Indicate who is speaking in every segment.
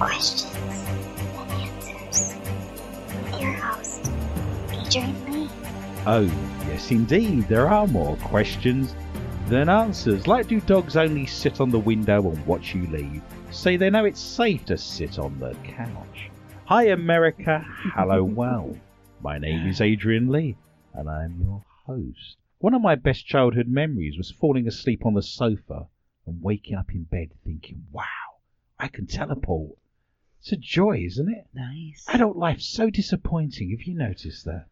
Speaker 1: questions and answers with your host, Adrian Lee.
Speaker 2: Oh, yes, indeed, there are more questions than answers. Like, do dogs only sit on the window and watch you leave, so they know it's safe to sit on the couch? Hi, America. Hello, well. My name is Adrian Lee, and I am your host. One of my best childhood memories was falling asleep on the sofa and waking up in bed thinking, wow, I can teleport. It's a joy, isn't it?
Speaker 3: Nice.
Speaker 2: Adult life's so disappointing. Have you noticed that?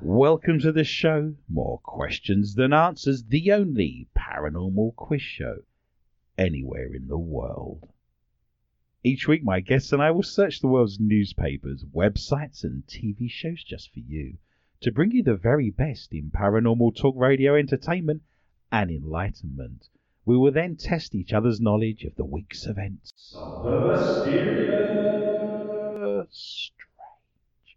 Speaker 2: Welcome to the show. More questions than answers. The only paranormal quiz show anywhere in the world. Each week, my guests and I will search the world's newspapers, websites, and TV shows just for you to bring you the very best in paranormal talk radio entertainment and enlightenment. We will then test each other's knowledge of the week's events. strange,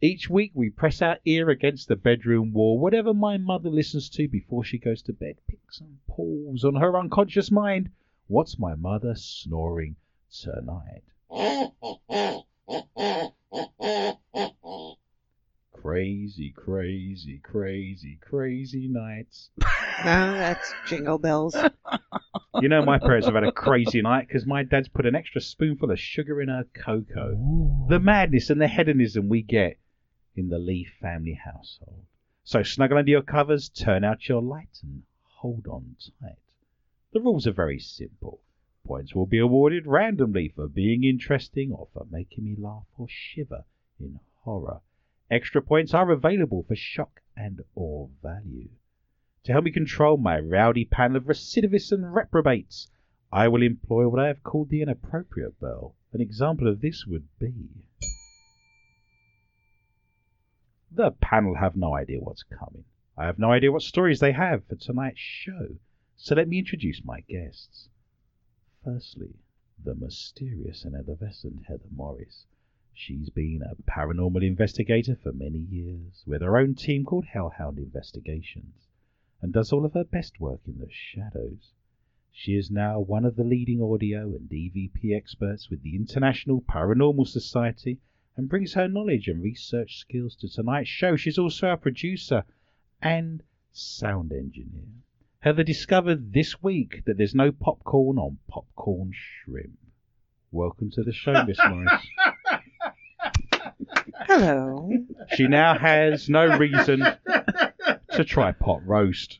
Speaker 2: Each week we press our ear against the bedroom wall. Whatever my mother listens to before she goes to bed picks and pulls on her unconscious mind. What's my mother snoring tonight? Crazy, crazy, crazy, crazy nights.
Speaker 3: No, Ah, that's jingle bells.
Speaker 2: You know, my parents have had a crazy night because my dad's put an extra spoonful of sugar in her cocoa. the madness and the hedonism we get in the Lee family household. So snuggle under your covers, turn out your light, and hold on tight. The rules are very simple. Points will be awarded randomly for being interesting or for making me laugh or shiver in horror. Extra points are available for shock and or value. To help me control my rowdy panel of recidivists and reprobates, I will employ what I have called the inappropriate bell. An example of this would be. The panel have no idea what's coming. I have no idea what stories they have for tonight's show, so let me introduce my guests. Firstly, the mysterious and effervescent Heather Morris. She's been a paranormal investigator for many years, with her own team called Hellhound Investigations, and does all of her best work in the shadows. She is now one of the leading audio and EVP experts with the International Paranormal Society and brings her knowledge and research skills to tonight's show. She's also a producer and sound engineer. Heather discovered this week that there's no popcorn on popcorn shrimp. Welcome to the show, Miss Morris.
Speaker 3: Hello.
Speaker 2: She now has no reason to try pot roast.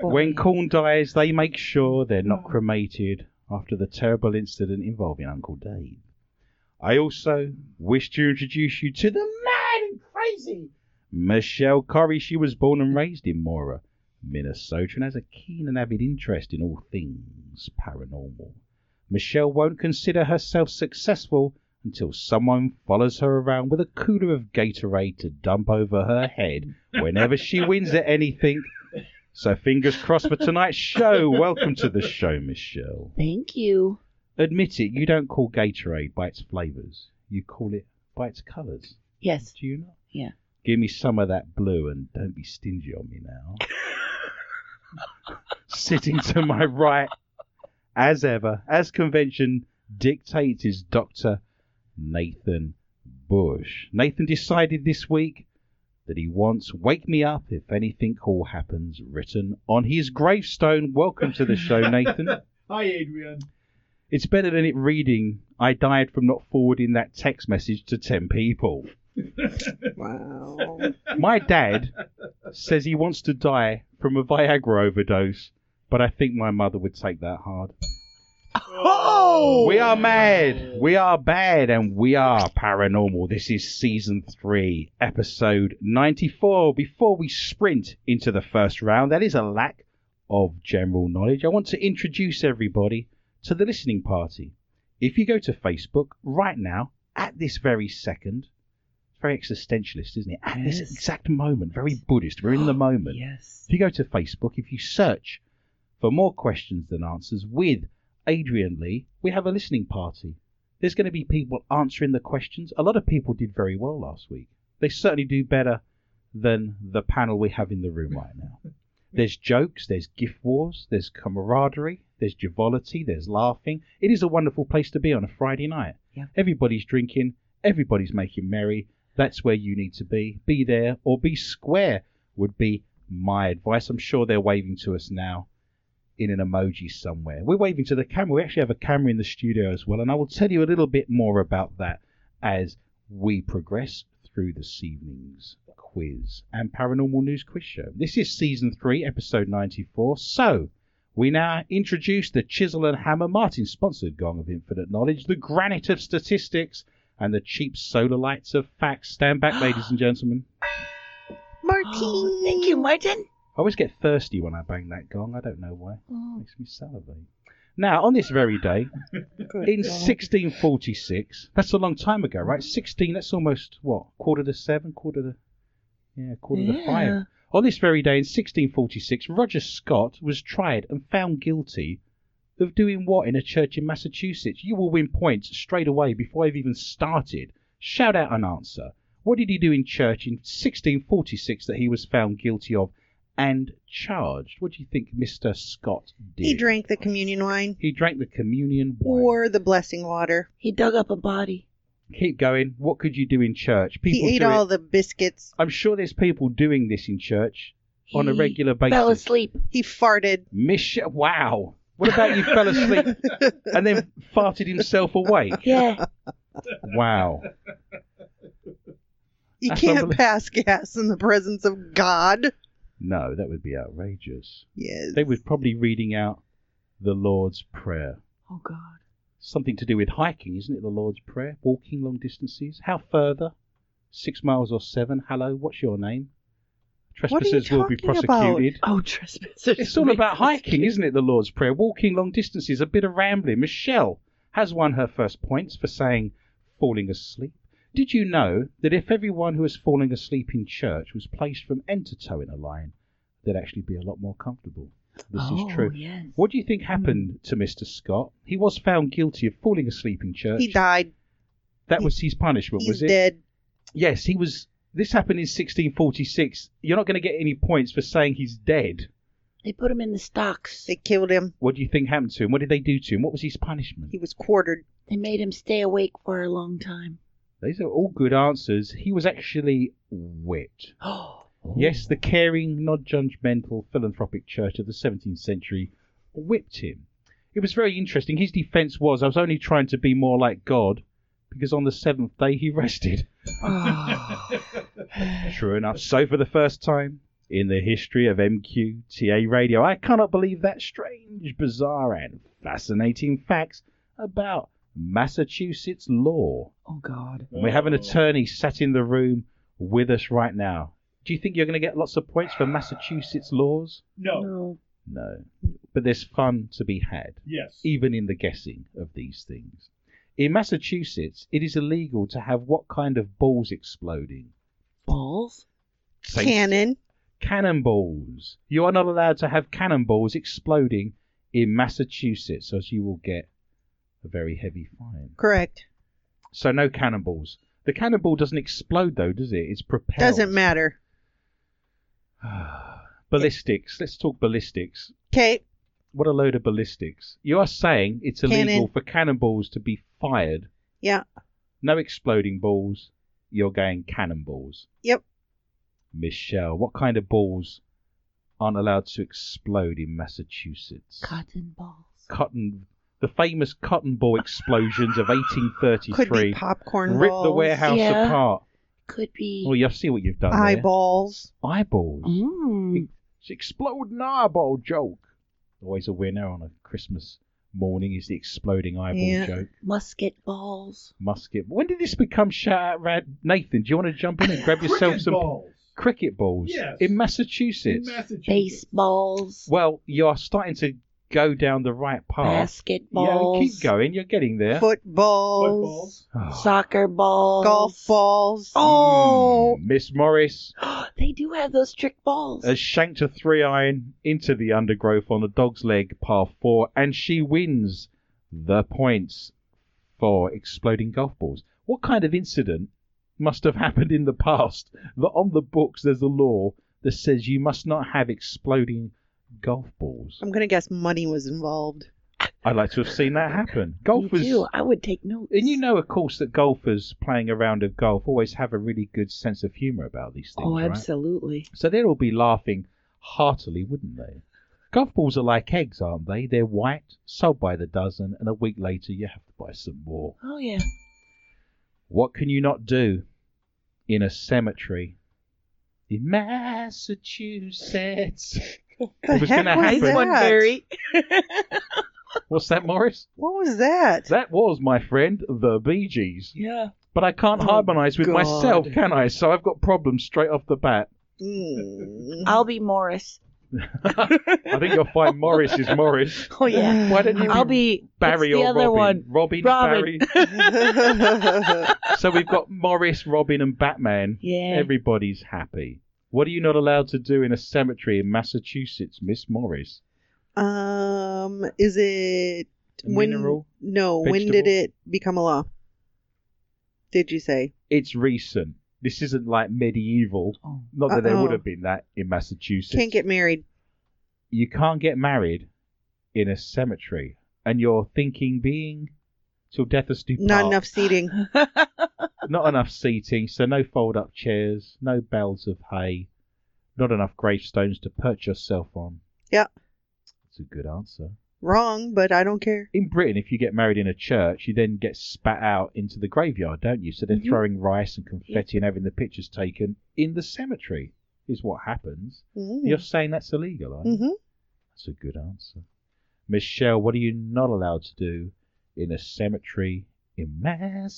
Speaker 2: When corn dies, they make sure they're not cremated after the terrible incident involving Uncle Dave. I also wish to introduce you to the mad and crazy Michelle Corrie. She was born and raised in Mora, Minnesota, and has a keen and avid interest in all things paranormal. Michelle won't consider herself successful until someone follows her around with a cooler of Gatorade to dump over her head whenever she wins at anything. So fingers crossed for tonight's show. Welcome to the show, Michelle.
Speaker 3: Thank you.
Speaker 2: Admit it, you don't call Gatorade by its flavours. You call it by its colours.
Speaker 3: Yes.
Speaker 2: Do you not?
Speaker 3: Yeah.
Speaker 2: Give me some of that blue and don't be stingy on me now. Sitting to my right, as ever, as convention dictates, is Dr. Nathan Bush. Nathan decided this week that he wants Wake Me Up If Anything Cool Happens written on his gravestone. Welcome to the show, Nathan.
Speaker 4: Hi, Adrian.
Speaker 2: It's better than it reading, I died from not forwarding that text message to 10 people.
Speaker 3: Wow.
Speaker 2: My dad says he wants to die from a Viagra overdose, but I think my mother would take that hard.
Speaker 3: Oh!
Speaker 2: We are mad. We are bad and we are paranormal. This is season three, episode 94. Before we sprint into the first round, that is a lack of general knowledge. I want to introduce everybody to the listening party. If you go to Facebook right now, at this very second, it's very existentialist, isn't it? At this
Speaker 3: Yes.
Speaker 2: exact moment, very Buddhist. We're in the moment.
Speaker 3: Yes.
Speaker 2: If you go to Facebook, if you search for more questions than answers with Adrian Lee, we have a listening party. There's going to be people answering the questions. A lot of people did very well last week. They certainly do better than the panel we have in the room right now. There's jokes, there's gift wars, there's camaraderie, there's joviality, there's laughing. It is a wonderful place to be on a Friday night.
Speaker 3: Yeah.
Speaker 2: Everybody's drinking, everybody's making merry. That's where you need to be. Be there or be square would be my advice. I'm sure they're waving to us now in an emoji somewhere. We're waving to the camera. We actually have a camera in the studio as well, and I will tell you a little bit more about that as we progress through this evening's quiz and paranormal news quiz show. This is season three, episode 94. So we now introduce the chisel and hammer, Martin sponsored gong of infinite knowledge, the granite of statistics, and the cheap solar lights of facts. Stand back, ladies and gentlemen.
Speaker 3: Martine.
Speaker 1: Oh, Thank you, Martin.
Speaker 2: I always get thirsty when I bang that gong. I don't know why.
Speaker 3: Oh.
Speaker 1: Mm.
Speaker 2: Makes me salivate. Now, on this very day,
Speaker 3: Good
Speaker 2: in
Speaker 3: God.
Speaker 2: 1646, that's a long time ago, right? 16, that's almost, what, quarter to seven, quarter to, yeah, quarter to
Speaker 3: Yeah.
Speaker 2: five. On this very day in 1646, Roger Scott was tried and found guilty of doing what in a church in Massachusetts? You will win points straight away before I've even started. Shout out an answer. What did he do in church in 1646 that he was found guilty of and charged? What do you think Mr. Scott did?
Speaker 3: He drank the communion wine
Speaker 2: He drank the communion wine.
Speaker 3: or the blessing water.
Speaker 1: He dug up a body.
Speaker 2: Keep going. What could you do in church? People
Speaker 3: he ate
Speaker 2: do it-
Speaker 3: all the biscuits.
Speaker 2: I'm sure there's people doing this in church on a
Speaker 1: He
Speaker 2: regular basis.
Speaker 1: Fell asleep.
Speaker 3: He farted.
Speaker 2: Mish- wow. What about you fell asleep and then farted himself awake?
Speaker 1: Yeah.
Speaker 2: Wow.
Speaker 3: You
Speaker 2: That's
Speaker 3: can't
Speaker 2: unbelie-
Speaker 3: pass gas in the presence of God.
Speaker 2: No, that would be outrageous.
Speaker 3: Yes.
Speaker 2: They were probably reading out the Lord's Prayer.
Speaker 1: Oh God.
Speaker 2: Something to do with hiking, isn't it? The Lord's Prayer? Walking long distances? How further? Six miles or seven? Hello, what's your name?
Speaker 3: What are you
Speaker 2: Trespassers will be
Speaker 3: talking about?
Speaker 2: prosecuted.
Speaker 1: Oh trespassers.
Speaker 2: It's all about hiking, isn't it? The Lord's Prayer, walking long distances, a bit of rambling. Michelle has won her first points for saying falling asleep. Did you know that if everyone who was falling asleep in church was placed from end to toe in a line, they'd actually be a lot more comfortable? This
Speaker 1: oh,
Speaker 2: is true.
Speaker 1: Yes. Mm.
Speaker 2: What do you think happened to Mr. Scott? He was found guilty of falling asleep in church.
Speaker 3: he died.
Speaker 2: That was his punishment,
Speaker 3: He's
Speaker 2: was it?
Speaker 3: dead.
Speaker 2: Yes, he was. This happened in 1646. You're not going to get any points for saying he's dead.
Speaker 1: They put him in the stocks.
Speaker 3: They killed him.
Speaker 2: What do you think happened to him? What did they do to him? What was his punishment?
Speaker 3: He was quartered.
Speaker 1: They made him stay awake for a long time.
Speaker 2: These are all good answers. He was actually whipped.
Speaker 1: Oh.
Speaker 2: Yes, the caring, non judgmental, philanthropic church of the 17th century whipped him. It was very interesting. His defense was I was only trying to be more like God because on the seventh day he rested.
Speaker 1: Ah.
Speaker 2: True enough. So, for the first time in the history of MQTA radio, I cannot believe that strange, bizarre, and fascinating facts about Massachusetts law.
Speaker 1: Oh God.
Speaker 2: And we have an attorney sat in the room with us right now. Do you think you're going to get lots of points for Massachusetts laws?
Speaker 4: No.
Speaker 1: No.
Speaker 2: No. But there's fun to be had,
Speaker 4: Yes.
Speaker 2: even in the guessing of these things. In Massachusetts, it is illegal to have what kind of balls exploding?
Speaker 1: Balls.
Speaker 2: Say-
Speaker 3: Cannon.
Speaker 2: Cannonballs. You are not allowed to have cannonballs exploding in Massachusetts, as you will get a very heavy fine.
Speaker 3: Correct.
Speaker 2: So, no cannonballs. The cannonball doesn't explode, though, does it? It's propelled.
Speaker 3: Doesn't matter.
Speaker 2: ballistics. Let's talk ballistics.
Speaker 3: Okay.
Speaker 2: What a load of ballistics. You are saying it's illegal
Speaker 3: Cannon.
Speaker 2: for cannonballs to be fired.
Speaker 3: Yeah.
Speaker 2: No exploding balls. You're going cannonballs.
Speaker 3: Yep.
Speaker 2: Michelle, what kind of balls aren't allowed to explode in Massachusetts?
Speaker 1: Cotton balls.
Speaker 2: Cotton, the famous cotton ball explosions of
Speaker 3: Could be
Speaker 2: 1833
Speaker 3: popcorn
Speaker 2: ripped
Speaker 3: balls,
Speaker 2: the warehouse
Speaker 1: Yeah.
Speaker 2: apart.
Speaker 1: Could
Speaker 2: Well,
Speaker 1: be.
Speaker 2: you see what you've done there.
Speaker 3: eyeballs.
Speaker 2: Eyeballs.
Speaker 1: Mm.
Speaker 2: It's exploding eyeball joke. Always a winner on a Christmas morning is the exploding eyeball
Speaker 3: Yeah.
Speaker 2: joke.
Speaker 1: Musket balls.
Speaker 2: Musket. When did this become shout out, Rad? Nathan, do you want to jump in and grab yourself
Speaker 4: Cricket
Speaker 2: some
Speaker 4: balls
Speaker 2: cricket balls
Speaker 4: Yes.
Speaker 2: in
Speaker 4: in
Speaker 2: Massachusetts?
Speaker 4: Massachusetts.
Speaker 1: Baseballs.
Speaker 2: Well, you're starting to go down the right path. Yeah,
Speaker 1: Basketballs.
Speaker 2: keep going. You're getting there. Ah.
Speaker 3: Footballs.
Speaker 4: Footballs.
Speaker 1: Soccer balls.
Speaker 3: Golf balls.
Speaker 2: Hmm. Oh, Miss Morris
Speaker 1: they do have those trick balls.
Speaker 2: has shanked a three iron into the undergrowth on a dog's leg, par four, and she wins the points for exploding golf balls. What kind of incident must have happened in the past that on the books there's a law that says you must not have exploding golf balls?
Speaker 3: I'm gonna guess money was involved.
Speaker 2: I'd like to have seen that happen.
Speaker 1: Me
Speaker 2: Golf was.
Speaker 1: too. I would take notes.
Speaker 2: And you know, of course, that golfers playing a round of golf always have a really good sense of humour about these things,
Speaker 1: oh,
Speaker 2: right?
Speaker 1: absolutely.
Speaker 2: So they'd all be laughing heartily, wouldn't they? Golf balls are like eggs, aren't they? They're white, sold by the dozen, and a week later you have to buy some more.
Speaker 1: Oh yeah.
Speaker 2: What can you not do in a cemetery in Massachusetts?
Speaker 3: The
Speaker 2: It was
Speaker 3: heck
Speaker 2: gonna
Speaker 3: was
Speaker 2: happen.
Speaker 3: that?
Speaker 1: One very.
Speaker 2: What's that, Morris?
Speaker 3: What was that?
Speaker 2: That was, my friend, the Bee Gees.
Speaker 1: yeah.
Speaker 2: But I can't
Speaker 3: Oh,
Speaker 2: harmonise with
Speaker 3: God.
Speaker 2: myself, can I? So I've got problems straight off the bat.
Speaker 3: Mm.
Speaker 1: I'll be Morris.
Speaker 2: I think you'll find Morris is Morris.
Speaker 1: Oh yeah.
Speaker 2: Why don't you
Speaker 3: Um,
Speaker 1: I'll be
Speaker 2: Barry
Speaker 1: what's
Speaker 2: or
Speaker 1: the other
Speaker 2: Robin?
Speaker 1: one.
Speaker 2: Robin, Barry.
Speaker 1: Robin.
Speaker 3: I
Speaker 2: so we've got Morris, Robin, and Batman.
Speaker 1: Yeah.
Speaker 2: Everybody's happy. What are you not allowed to do in a cemetery in Massachusetts, Miss Morris?
Speaker 3: Um, is it when?
Speaker 2: Mineral?
Speaker 3: No, when did
Speaker 2: Vegetable?
Speaker 3: it become a law? Did you say?
Speaker 2: It's recent. This isn't like medieval.
Speaker 1: Oh.
Speaker 2: Not that there
Speaker 3: Uh-oh.
Speaker 2: would have been that in Massachusetts.
Speaker 3: Can't get married.
Speaker 2: you can't get married in a cemetery, and you're thinking being till death us do
Speaker 3: Not
Speaker 2: part.
Speaker 3: enough seating.
Speaker 2: not enough seating, so no fold up chairs, no bales of hay, not enough gravestones to perch yourself on.
Speaker 3: Yeah.
Speaker 2: That's a good answer.
Speaker 3: Wrong, but I don't care.
Speaker 2: In Britain, if you get married in a church, you then get spat out into the graveyard, don't you? So they're
Speaker 1: Mhm.
Speaker 2: throwing rice and confetti and having the pictures taken in the cemetery, is what happens. You're saying that's illegal, are you?
Speaker 3: Mm. Mm-hmm.
Speaker 2: That's a good answer. Michelle, what are you not allowed to do in a cemetery in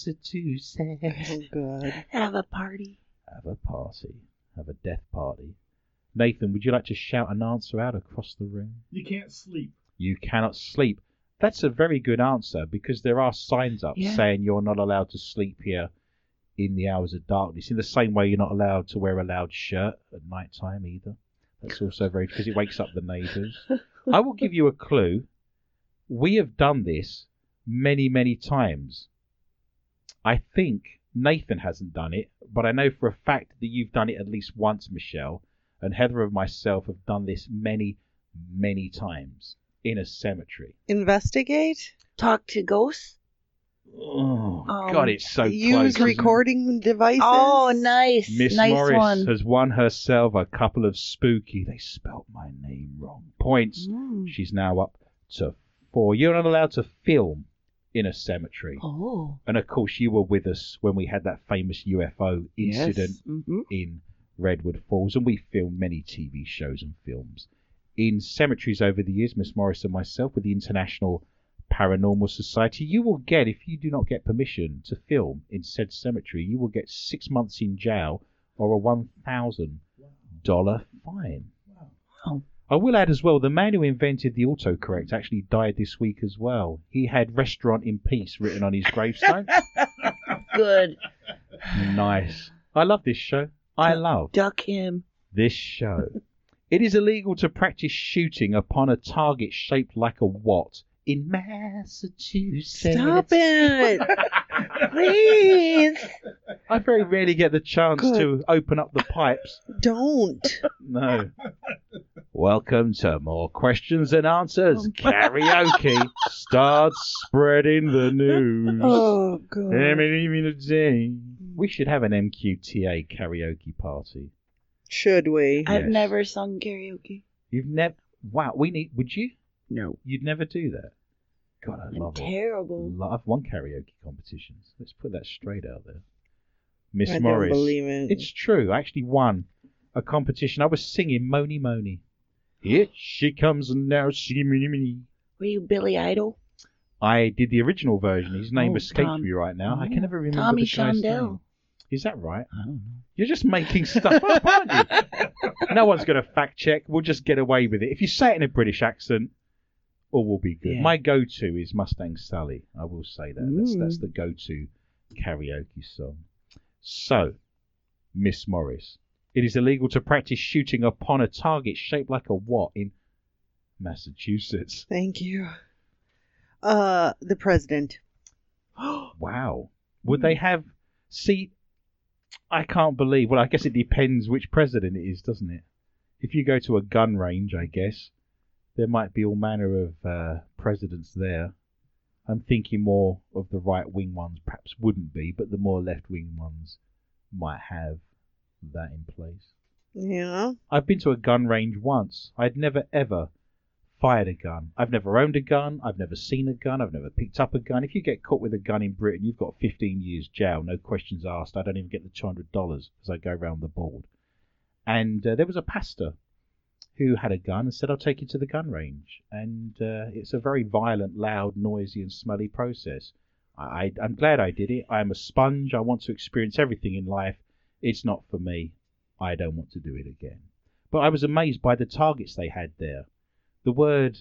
Speaker 2: Massachusetts?
Speaker 3: Oh God.
Speaker 1: Have a party.
Speaker 2: Have a party. Have a death party. Nathan, would you like to shout an answer out across the room?
Speaker 4: You can't sleep.
Speaker 2: You cannot sleep. That's a very good answer because there are signs up
Speaker 1: Yeah.
Speaker 2: saying you're not allowed to sleep here in the hours of darkness. In the same way, you're not allowed to wear a loud shirt at night time either. That's also very because it wakes up the neighbours. I will give you a clue. We have done this many, many times. I think Nathan hasn't done it, but I know for a fact that you've done it at least once, Michelle, and Heather and myself have done this many, many times in a cemetery.
Speaker 3: Investigate.
Speaker 1: Talk to ghosts.
Speaker 2: Oh,
Speaker 1: Um,
Speaker 2: God, it's so close.
Speaker 3: Use
Speaker 2: isn't it?
Speaker 3: recording devices.
Speaker 1: Oh, nice.
Speaker 2: Miss
Speaker 1: nice
Speaker 2: Morris
Speaker 1: one.
Speaker 2: has won herself a couple of spooky, they spelt my name wrong, points.
Speaker 1: Mm.
Speaker 2: She's now up to four. You're not allowed to film in a cemetery.
Speaker 1: Oh.
Speaker 2: And of course, you were with us when we had that famous UFO incident
Speaker 1: hmm
Speaker 2: in Redwood Falls, and we filmed many TV shows and films in cemeteries over the years. Miss Morris and myself with the International Paranormal Society. You will get, if you do not get permission to film in said cemetery, you will get six months in jail or a one thousand dollar fine.
Speaker 1: Oh.
Speaker 2: I will add as well, the man who invented the autocorrect actually died this week as well. He had restaurant in peace written on his gravestone.
Speaker 1: Good.
Speaker 2: nice. I love this show. I love
Speaker 1: Duck him.
Speaker 2: this show. it is illegal to practice shooting upon a target shaped like a what in Massachusetts.
Speaker 3: Stop it.
Speaker 1: Please.
Speaker 2: I very rarely get the chance to open up the pipes.
Speaker 3: Don't.
Speaker 2: No. Welcome to more questions and answers.
Speaker 3: Um.
Speaker 2: Karaoke. Start spreading the news.
Speaker 3: Oh god.
Speaker 2: We should have an MQTA karaoke party.
Speaker 3: Should we?
Speaker 2: I-
Speaker 1: I've
Speaker 2: Yes.
Speaker 1: never sung karaoke.
Speaker 2: You've never. Wow, we need. Would you?
Speaker 3: No.
Speaker 2: You'd never do that. God, I
Speaker 1: I'm
Speaker 2: love it.
Speaker 1: terrible.
Speaker 2: Lo- I've won karaoke competitions. Let's put that straight out there. Miss
Speaker 3: I
Speaker 2: Morris.
Speaker 3: don't believe it.
Speaker 2: It's true. I actually won a competition. I was singing Moni Moni. Here she comes now, she mini mini.
Speaker 1: Were you Billy Idol?
Speaker 2: I did the original version. His name
Speaker 1: Oh,
Speaker 2: escapes
Speaker 1: Tom-
Speaker 2: me right now. I
Speaker 1: Oh,
Speaker 2: can never remember
Speaker 1: Tommy
Speaker 2: the guy's name.
Speaker 1: Shondell.
Speaker 2: Is that right?
Speaker 1: I don't
Speaker 2: You're just making stuff up, aren't you? No one's going to fact check. We'll just get away with it. If you say it in a British accent, all will be good.
Speaker 1: Yeah.
Speaker 2: My go to is Mustang Sally. I will say that. That's, that's the go to karaoke song. So, Miss Morris, it is illegal to practice shooting upon a target shaped like a what in Massachusetts?
Speaker 3: Thank you. Uh, the president.
Speaker 2: Wow. Would they have. See, I can't believe. Well, I guess it depends which president it is, doesn't it? If you go to a gun range, I guess, there might be all manner of uh, presidents there. I'm thinking more of the right wing ones, perhaps wouldn't be, but the more left wing ones might have that in place.
Speaker 3: Yeah.
Speaker 2: I've been to a gun range once. I'd never ever fired a gun. I've never owned a gun. I've never seen a gun. I've never picked up a gun. If you get caught with a gun in Britain, you've got 15 years jail, no questions asked. I don't even get the $200 as I go round the board. And uh, there was a pastor who had a gun and said, I'll take you to the gun range. And uh, it's a very violent, loud, noisy, and smelly process. I, I, I'm glad I did it. I'm a sponge. I want to experience everything in life. It's not for me. I don't want to do it again. But I was amazed by the targets they had there. The word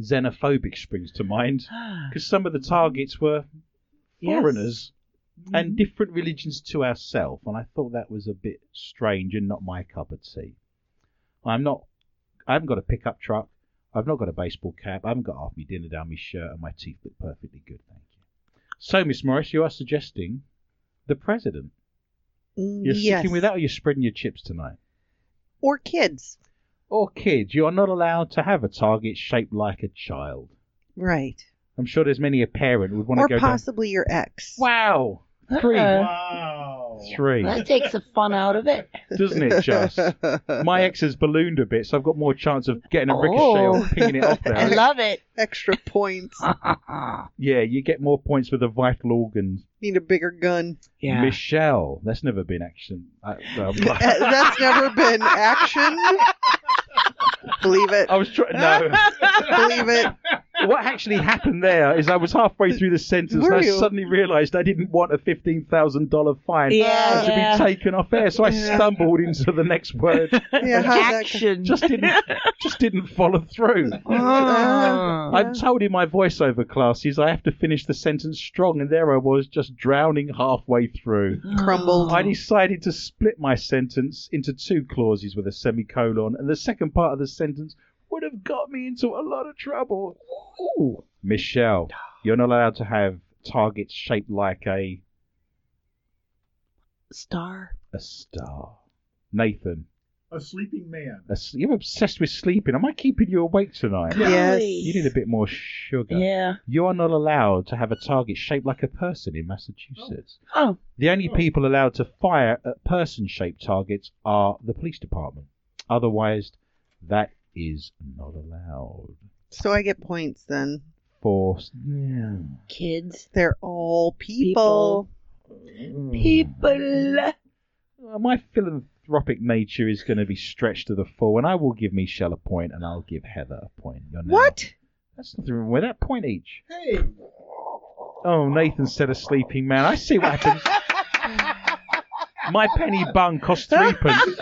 Speaker 2: xenophobic springs to mind
Speaker 1: know.
Speaker 2: because some of the targets were
Speaker 1: Yes.
Speaker 2: foreigners and different religions to ourselves, and I thought that was a bit strange and not my cup of tea. I'm not. I haven't got a pickup truck. I've not got a baseball cap. I haven't got half my dinner down my shirt, and my teeth look perfectly good. Thank you. So, Miss Morris, you are suggesting the president.
Speaker 3: Mm,
Speaker 2: You're
Speaker 3: yes.
Speaker 2: sticking with that, or you're spreading your chips tonight?
Speaker 3: Or kids.
Speaker 2: Or kids, you are not allowed to have a target shaped like a child.
Speaker 3: Right.
Speaker 2: I'm sure there's many a parent who would want
Speaker 3: Or
Speaker 2: to go. down-
Speaker 3: possibly your ex.
Speaker 2: Wow, three,
Speaker 1: Uh-uh.
Speaker 4: wow.
Speaker 2: three,
Speaker 1: That takes the fun out of it.
Speaker 2: doesn't it? Just my ex has ballooned a bit, so I've got more chance of getting a ricochet
Speaker 1: Oh.
Speaker 2: or pinging it off
Speaker 1: I
Speaker 2: there.
Speaker 1: love it.
Speaker 3: extra points.
Speaker 2: yeah, you get more points with a vital organ.
Speaker 3: Need a bigger gun.
Speaker 1: yeah.
Speaker 2: Michelle, that's never been action. I, um,
Speaker 3: Uh, That's never been action. Believe it.
Speaker 2: I was trying. No,
Speaker 3: Believe it.
Speaker 2: what actually happened there is I was halfway through the sentence
Speaker 3: Were
Speaker 2: and I
Speaker 3: you?
Speaker 2: suddenly realised I didn't want a fifteen thousand dollar fine.
Speaker 1: Yeah,
Speaker 2: to
Speaker 1: yeah.
Speaker 2: be taken off air. So I
Speaker 3: Yeah.
Speaker 2: stumbled into the next word.
Speaker 3: Yeah, how's that go?
Speaker 1: Action.
Speaker 2: Just didn't, just didn't follow through.
Speaker 3: Uh-huh. uh,
Speaker 1: Ah.
Speaker 2: I'm told in my voiceover classes I have to finish the sentence strong, and there I was just drowning halfway through.
Speaker 3: Crumbled.
Speaker 1: Oh.
Speaker 2: I decided to split my sentence into two clauses with a semicolon, and the second part of the sentence would have got me into a lot of trouble. Ooh. Michelle, you're not allowed to have targets shaped like a
Speaker 1: Star.
Speaker 2: a star. Nathan,
Speaker 4: A sleeping man.
Speaker 2: a s- you're obsessed with sleeping. Am I keeping you awake tonight?
Speaker 3: Yes.
Speaker 1: Golly.
Speaker 2: You need a bit more sugar.
Speaker 1: Yeah.
Speaker 2: You are not allowed to have a target shaped like a person in Massachusetts.
Speaker 1: Oh.
Speaker 2: The only
Speaker 4: Oh.
Speaker 2: people allowed to fire at person shaped targets are the police department. Otherwise, that is not allowed.
Speaker 3: So I get points then.
Speaker 2: For. Yeah.
Speaker 1: Kids.
Speaker 3: They're all people.
Speaker 2: Hmm.
Speaker 1: People.
Speaker 2: Uh, My philanthropic nature is going to be stretched to the full, and I will give Michelle a point, and I'll give Heather a point. You're now-
Speaker 3: What?
Speaker 2: That's nothing wrong with that point each.
Speaker 4: Hey.
Speaker 2: Oh, Nathan said a sleeping man. I see what happens. My penny bun cost threepence.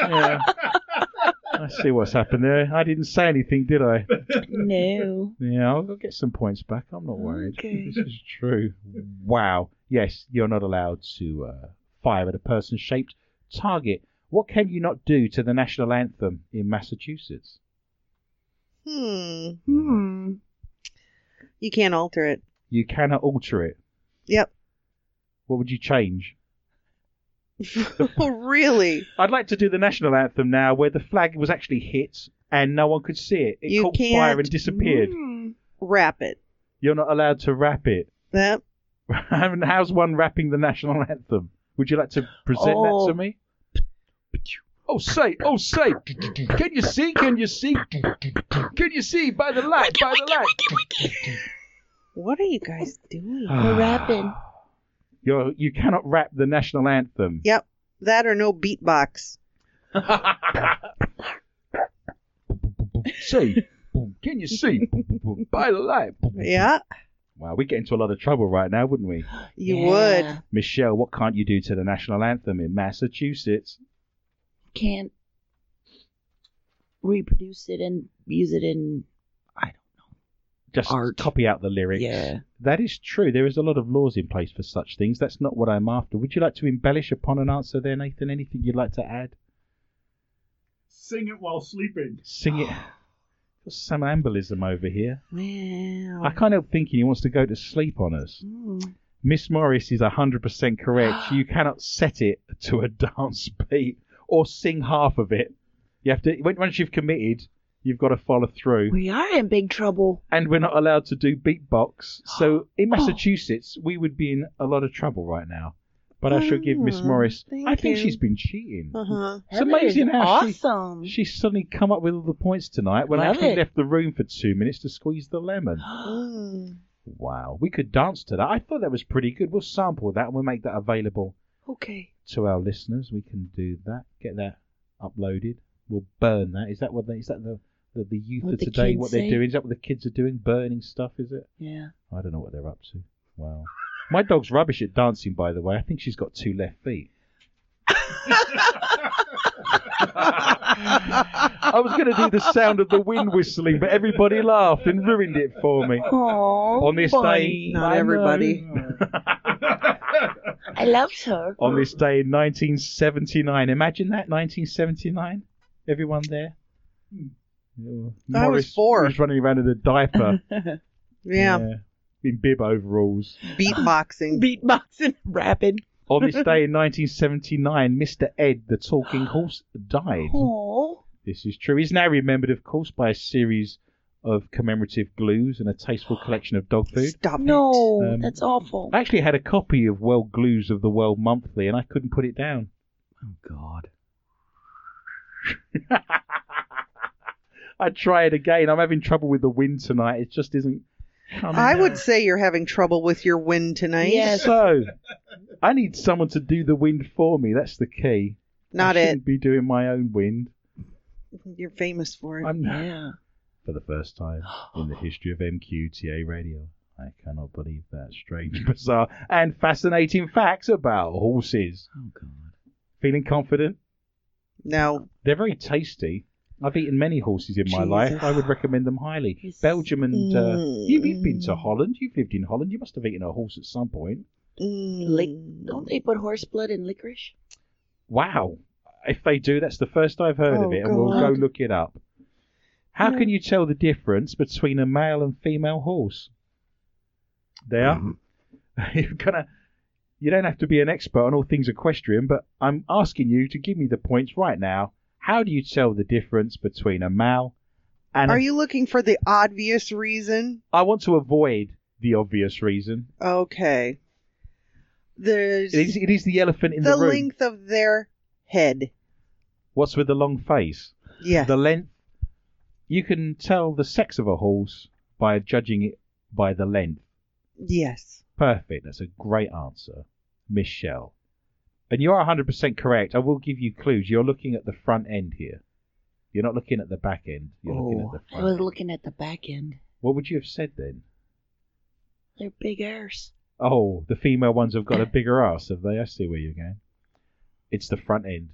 Speaker 2: Yeah. I see what's happened there. I didn't say anything, did I?
Speaker 1: No.
Speaker 2: Yeah, I'll go get some points back. I'm not worried.
Speaker 1: Okay.
Speaker 2: This is true. Wow. Yes, you're not allowed to uh, fire at a person shaped target. What can you not do to the national anthem in Massachusetts?
Speaker 3: Hmm.
Speaker 1: Hmm.
Speaker 3: You can't alter it.
Speaker 2: You cannot alter it.
Speaker 3: Yep.
Speaker 2: What would you change?
Speaker 3: Oh, really?
Speaker 2: I'd like to do the national anthem now, where the flag was actually hit and no one could see it. It
Speaker 3: You
Speaker 2: caught fire and
Speaker 3: can't-
Speaker 2: disappeared.
Speaker 1: Mm.
Speaker 3: Wrap it.
Speaker 2: You're not allowed to rap it.
Speaker 3: That
Speaker 2: and how's one rapping the national anthem? Would you like to present
Speaker 1: Oh.
Speaker 2: that to me? Oh say, oh say, can you see? Can you see? Can you see by the light? By the light.
Speaker 3: what are you guys doing?
Speaker 1: We're rapping.
Speaker 2: You're, you cannot rap the national anthem.
Speaker 3: Yep. That or no beatbox.
Speaker 2: see, can you see by the light?
Speaker 3: Yeah,
Speaker 2: Wow, we get into a lot of trouble right now, wouldn't we,
Speaker 3: you
Speaker 1: Yeah.
Speaker 3: would.
Speaker 2: Michelle? What can't you do to the national anthem in Massachusetts?
Speaker 1: Can't reproduce it and use it in.
Speaker 2: Just
Speaker 1: Art.
Speaker 2: copy out the lyrics.
Speaker 1: Yeah.
Speaker 2: That is true. There is a lot of laws in place for such things. That's not what I'm after. Would you like to embellish upon an answer there, Nathan? Anything you'd like to add?
Speaker 4: Sing it while sleeping.
Speaker 2: Sing it. Just somnambulism over here.
Speaker 1: Well.
Speaker 2: I kind of thinking he wants to go to sleep on us.
Speaker 1: Mm.
Speaker 2: Miss Morris is 100% correct. You cannot set it to a dance beat or sing half of it. You have to, when- once you've committed, you've got to follow through.
Speaker 1: We are in big trouble.
Speaker 2: and we're not allowed to do beatbox. So in Massachusetts, we would be in a lot of trouble right now. But I shall give Miss
Speaker 3: Ah,
Speaker 2: Morris.
Speaker 3: thank
Speaker 2: I think
Speaker 3: you.
Speaker 2: she's been cheating.
Speaker 3: Uh huh.
Speaker 2: It's amazing how she-
Speaker 1: awesome.
Speaker 2: She's suddenly come up with all the points tonight when I
Speaker 1: Love
Speaker 2: actually
Speaker 1: it.
Speaker 2: left the room for two minutes to squeeze the lemon. Wow, we could dance to that. I thought that was pretty good. We'll sample that and we'll make that available
Speaker 1: okay.
Speaker 2: to our listeners. We can do that. Get that uploaded. We'll burn that. Is that what they, is that the the, the youth
Speaker 1: What
Speaker 2: of
Speaker 1: the
Speaker 2: today?
Speaker 1: kids
Speaker 2: What they're
Speaker 1: say?
Speaker 2: doing? Is that what the kids are doing? Burning stuff? Is it?
Speaker 1: Yeah.
Speaker 2: I don't know what they're up to. Wow. My dog's rubbish at dancing, by the way. I think she's got two left feet. I was going to do the sound of the wind whistling, but everybody laughed and ruined it for me.
Speaker 1: Oh,
Speaker 2: On this day,
Speaker 3: Not
Speaker 2: I know.
Speaker 3: everybody.
Speaker 1: I loved her.
Speaker 2: On this day in 1979, imagine that 1979. Everyone there. Oh,
Speaker 3: I
Speaker 2: Morris-
Speaker 3: was four.
Speaker 2: he was running around in a diaper.
Speaker 3: Yeah,
Speaker 2: In bib overalls.
Speaker 3: beatboxing.
Speaker 1: Beatboxing, rapping.
Speaker 2: On this day in 1979, Mr. Ed, the talking horse, died.
Speaker 1: Oh,
Speaker 2: This is true. He's now remembered, of course, by a series of commemorative glues and a tasteful collection of dog food.
Speaker 3: Stop it.
Speaker 1: no,
Speaker 2: Um,
Speaker 1: that's awful.
Speaker 2: I actually had a copy of World Glues of the World Monthly, and I couldn't put it down.
Speaker 1: Oh God.
Speaker 2: I try it again. I'm having trouble with the wind tonight. It just isn't. coming
Speaker 3: I
Speaker 2: out.
Speaker 3: would say you're having trouble with your wind tonight.
Speaker 1: Yes.
Speaker 2: So, I need someone to do the wind for me. That's the key.
Speaker 3: Not
Speaker 2: I
Speaker 3: it.
Speaker 2: shouldn't Be doing my own wind.
Speaker 3: You're famous for it.
Speaker 2: I'm
Speaker 1: Yeah.
Speaker 2: for the first time in the history of MQTA radio. I cannot believe that strange, bizarre, and fascinating facts about horses.
Speaker 1: Oh God.
Speaker 2: Feeling confident?
Speaker 3: no.
Speaker 2: They're very tasty. I've eaten many horses in my life.
Speaker 3: Jesus.
Speaker 2: I would recommend them highly.
Speaker 1: Yes.
Speaker 2: Belgium and uh,
Speaker 3: Mm.
Speaker 2: you, you've been to Holland. You've lived in Holland. You must have eaten a horse at some point.
Speaker 3: Mm.
Speaker 1: Lic- don't they put horse blood in licorice?
Speaker 2: Wow! If they do, that's the first I've heard of
Speaker 3: Oh,
Speaker 2: it, and we'll go
Speaker 1: God.
Speaker 2: look it up. How
Speaker 1: Yeah.
Speaker 2: can you tell the difference between a male and female horse? They are. you're gonna you don't have to be an expert on all things equestrian, but I'm asking you to give me the points right now. How do you tell the difference between a male and a-
Speaker 3: Are you looking for the obvious reason?
Speaker 2: I want to avoid the obvious reason.
Speaker 3: Okay. There's
Speaker 2: It is, it is the elephant in the,
Speaker 3: the
Speaker 2: room.
Speaker 3: length of their head.
Speaker 2: What's with the long face?
Speaker 3: Yeah.
Speaker 2: The length. You can tell the sex of a horse by judging it by the length.
Speaker 3: yes.
Speaker 2: Perfect. That's a great answer, Michelle. And you are 100% correct. I will give you clues. You're looking at the front end here. You're not looking at the back end. You're looking at
Speaker 1: Oh,
Speaker 2: the
Speaker 1: I
Speaker 2: front.
Speaker 1: was
Speaker 2: end.
Speaker 1: looking at the back end.
Speaker 2: What would you have said then?
Speaker 1: They're big ears.
Speaker 2: Oh, the female ones have got a bigger ass, have they? I see where you're going. It's the front end.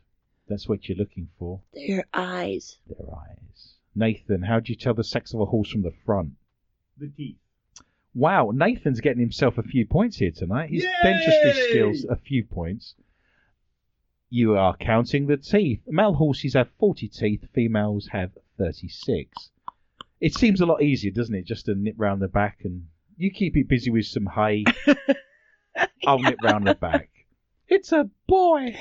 Speaker 2: That's what you're looking for.
Speaker 1: Their eyes.
Speaker 2: Their eyes. Nathan, how do you tell the sex of a horse from the front?
Speaker 4: The teeth.
Speaker 2: Wow, Nathan's getting himself a few points here tonight. His
Speaker 4: Yay!
Speaker 2: dentistry skills, a few points. You are counting the teeth. Male horses have 40 teeth, females have 36. It seems a lot easier, doesn't it? Just to nip round the back and you keep it busy with some hay. I'll nip round the back. It's a boy.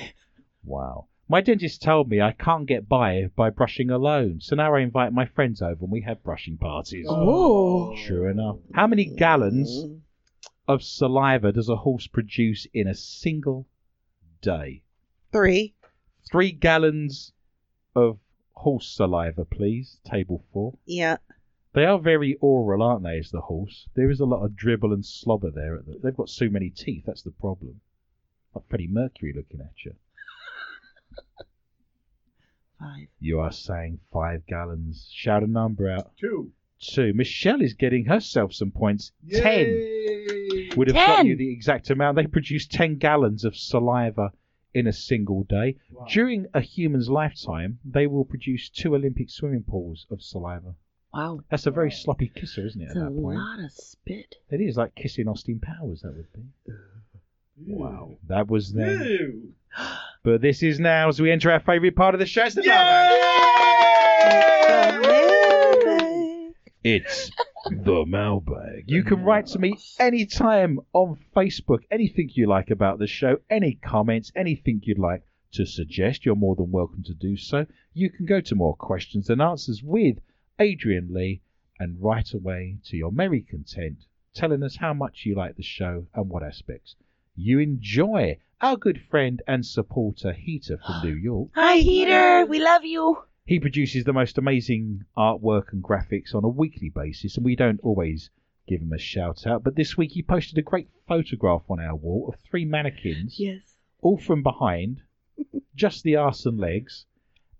Speaker 2: Wow. My dentist told me I can't get by by brushing alone, so now I invite my friends over and we have brushing parties.
Speaker 1: Oh.
Speaker 2: True enough. How many gallons of saliva does a horse produce in a single day?
Speaker 3: Three.
Speaker 2: Three gallons of horse saliva, please. Table four.
Speaker 3: Yeah.
Speaker 2: They are very oral, aren't they? Is the horse? There is a lot of dribble and slobber there. At the, they've got so many teeth. That's the problem. Like Freddie Mercury looking at you.
Speaker 1: Five.
Speaker 2: You are saying five gallons. Shout a number out.
Speaker 4: Two.
Speaker 2: Two. Michelle is getting herself some points. Ten
Speaker 4: Yay!
Speaker 2: would have gotten
Speaker 1: Ten!
Speaker 2: you the exact amount. They produce ten gallons of saliva in a single day.
Speaker 4: Wow.
Speaker 2: During a human's lifetime, they will produce two Olympic swimming pools of saliva.
Speaker 1: Wow.
Speaker 2: That's a very sloppy kisser, isn't it? At
Speaker 1: That's a
Speaker 2: that point,
Speaker 1: lot of spit.
Speaker 2: it is like kissing Austin Powers. That would be.
Speaker 4: Ew.
Speaker 2: Wow, that was then.
Speaker 4: Ew.
Speaker 2: But this is now as we enter our favourite part of the show. It's the
Speaker 4: Yay!
Speaker 3: Mailbag.
Speaker 2: mailbag. It's the mailbag. You can write to me anytime on Facebook. Anything you like about the show, any comments, anything you'd like to suggest, you're more than welcome to do so. You can go to more questions and answers with Adrian Lee and right away to your merry content, telling us how much you like the show and what aspects you enjoy. Our good friend and supporter Heater from New York.
Speaker 1: Hi, Heater. We love you.
Speaker 2: He produces the most amazing artwork and graphics on a weekly basis, and we don't always give him a shout out. But this week he posted a great photograph on our wall of three mannequins,
Speaker 1: Yes.
Speaker 2: all from behind, just the arse and legs,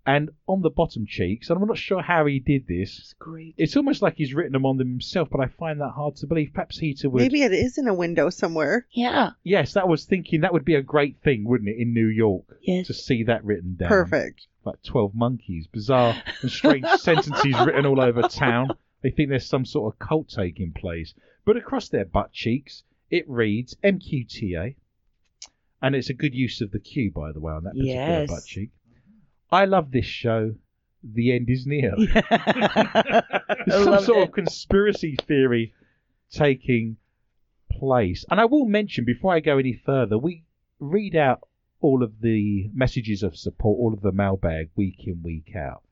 Speaker 2: and on the bottom cheeks. And I'm not sure how he did this.
Speaker 1: It's great.
Speaker 2: It's almost like he's written them on them himself, but I find that hard to believe. Perhaps Heater would.
Speaker 3: Maybe it is in a window somewhere.
Speaker 1: Yeah.
Speaker 2: Yes, that was thinking that would be a great thing, wouldn't it, in New York?
Speaker 1: Yes.
Speaker 2: To see that written down
Speaker 3: Perfect.
Speaker 2: like 12 monkeys, bizarre and strange sentences written all over town. They think there's some sort of cult taking place. But across their butt cheeks, it reads MQTA. And it's a good use of the Q, by the way, on that particular
Speaker 1: Yes.
Speaker 2: butt cheek. I love this show. The end is near. There's some
Speaker 1: loved
Speaker 2: sort
Speaker 1: it.
Speaker 2: of conspiracy theory taking place. And I will mention before I go any further, we read out all of the messages of support, all of the mailbag week in, week out.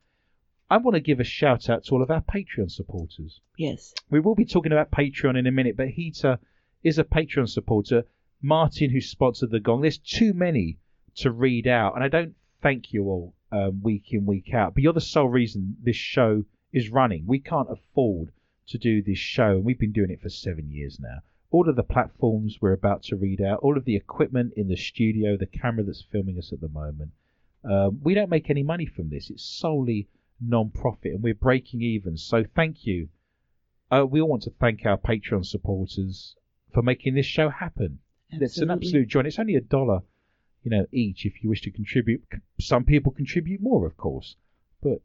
Speaker 2: I want to give a shout out to all of our Patreon supporters.
Speaker 1: yes.
Speaker 2: We will be talking about Patreon in a minute, but Heater is a Patreon supporter. Martin, who sponsored the gong. There's too many to read out, and I don't thank you all um, week in, week out. But you're the sole reason this show is running. We can't afford to do this show, and we've been doing it for seven years now. All of the platforms we're about to read out, all of the equipment in the studio, the camera that's filming us at the moment. Um, we don't make any money from this. It's solely non-profit, and we're breaking even. So thank you uh, we all want to thank our Patreon supporters for making this show happen. It's an
Speaker 1: Absolutely.
Speaker 2: absolute joy. and It's only a dollar, you know, each if you wish to contribute. C- Some people contribute more, of course, but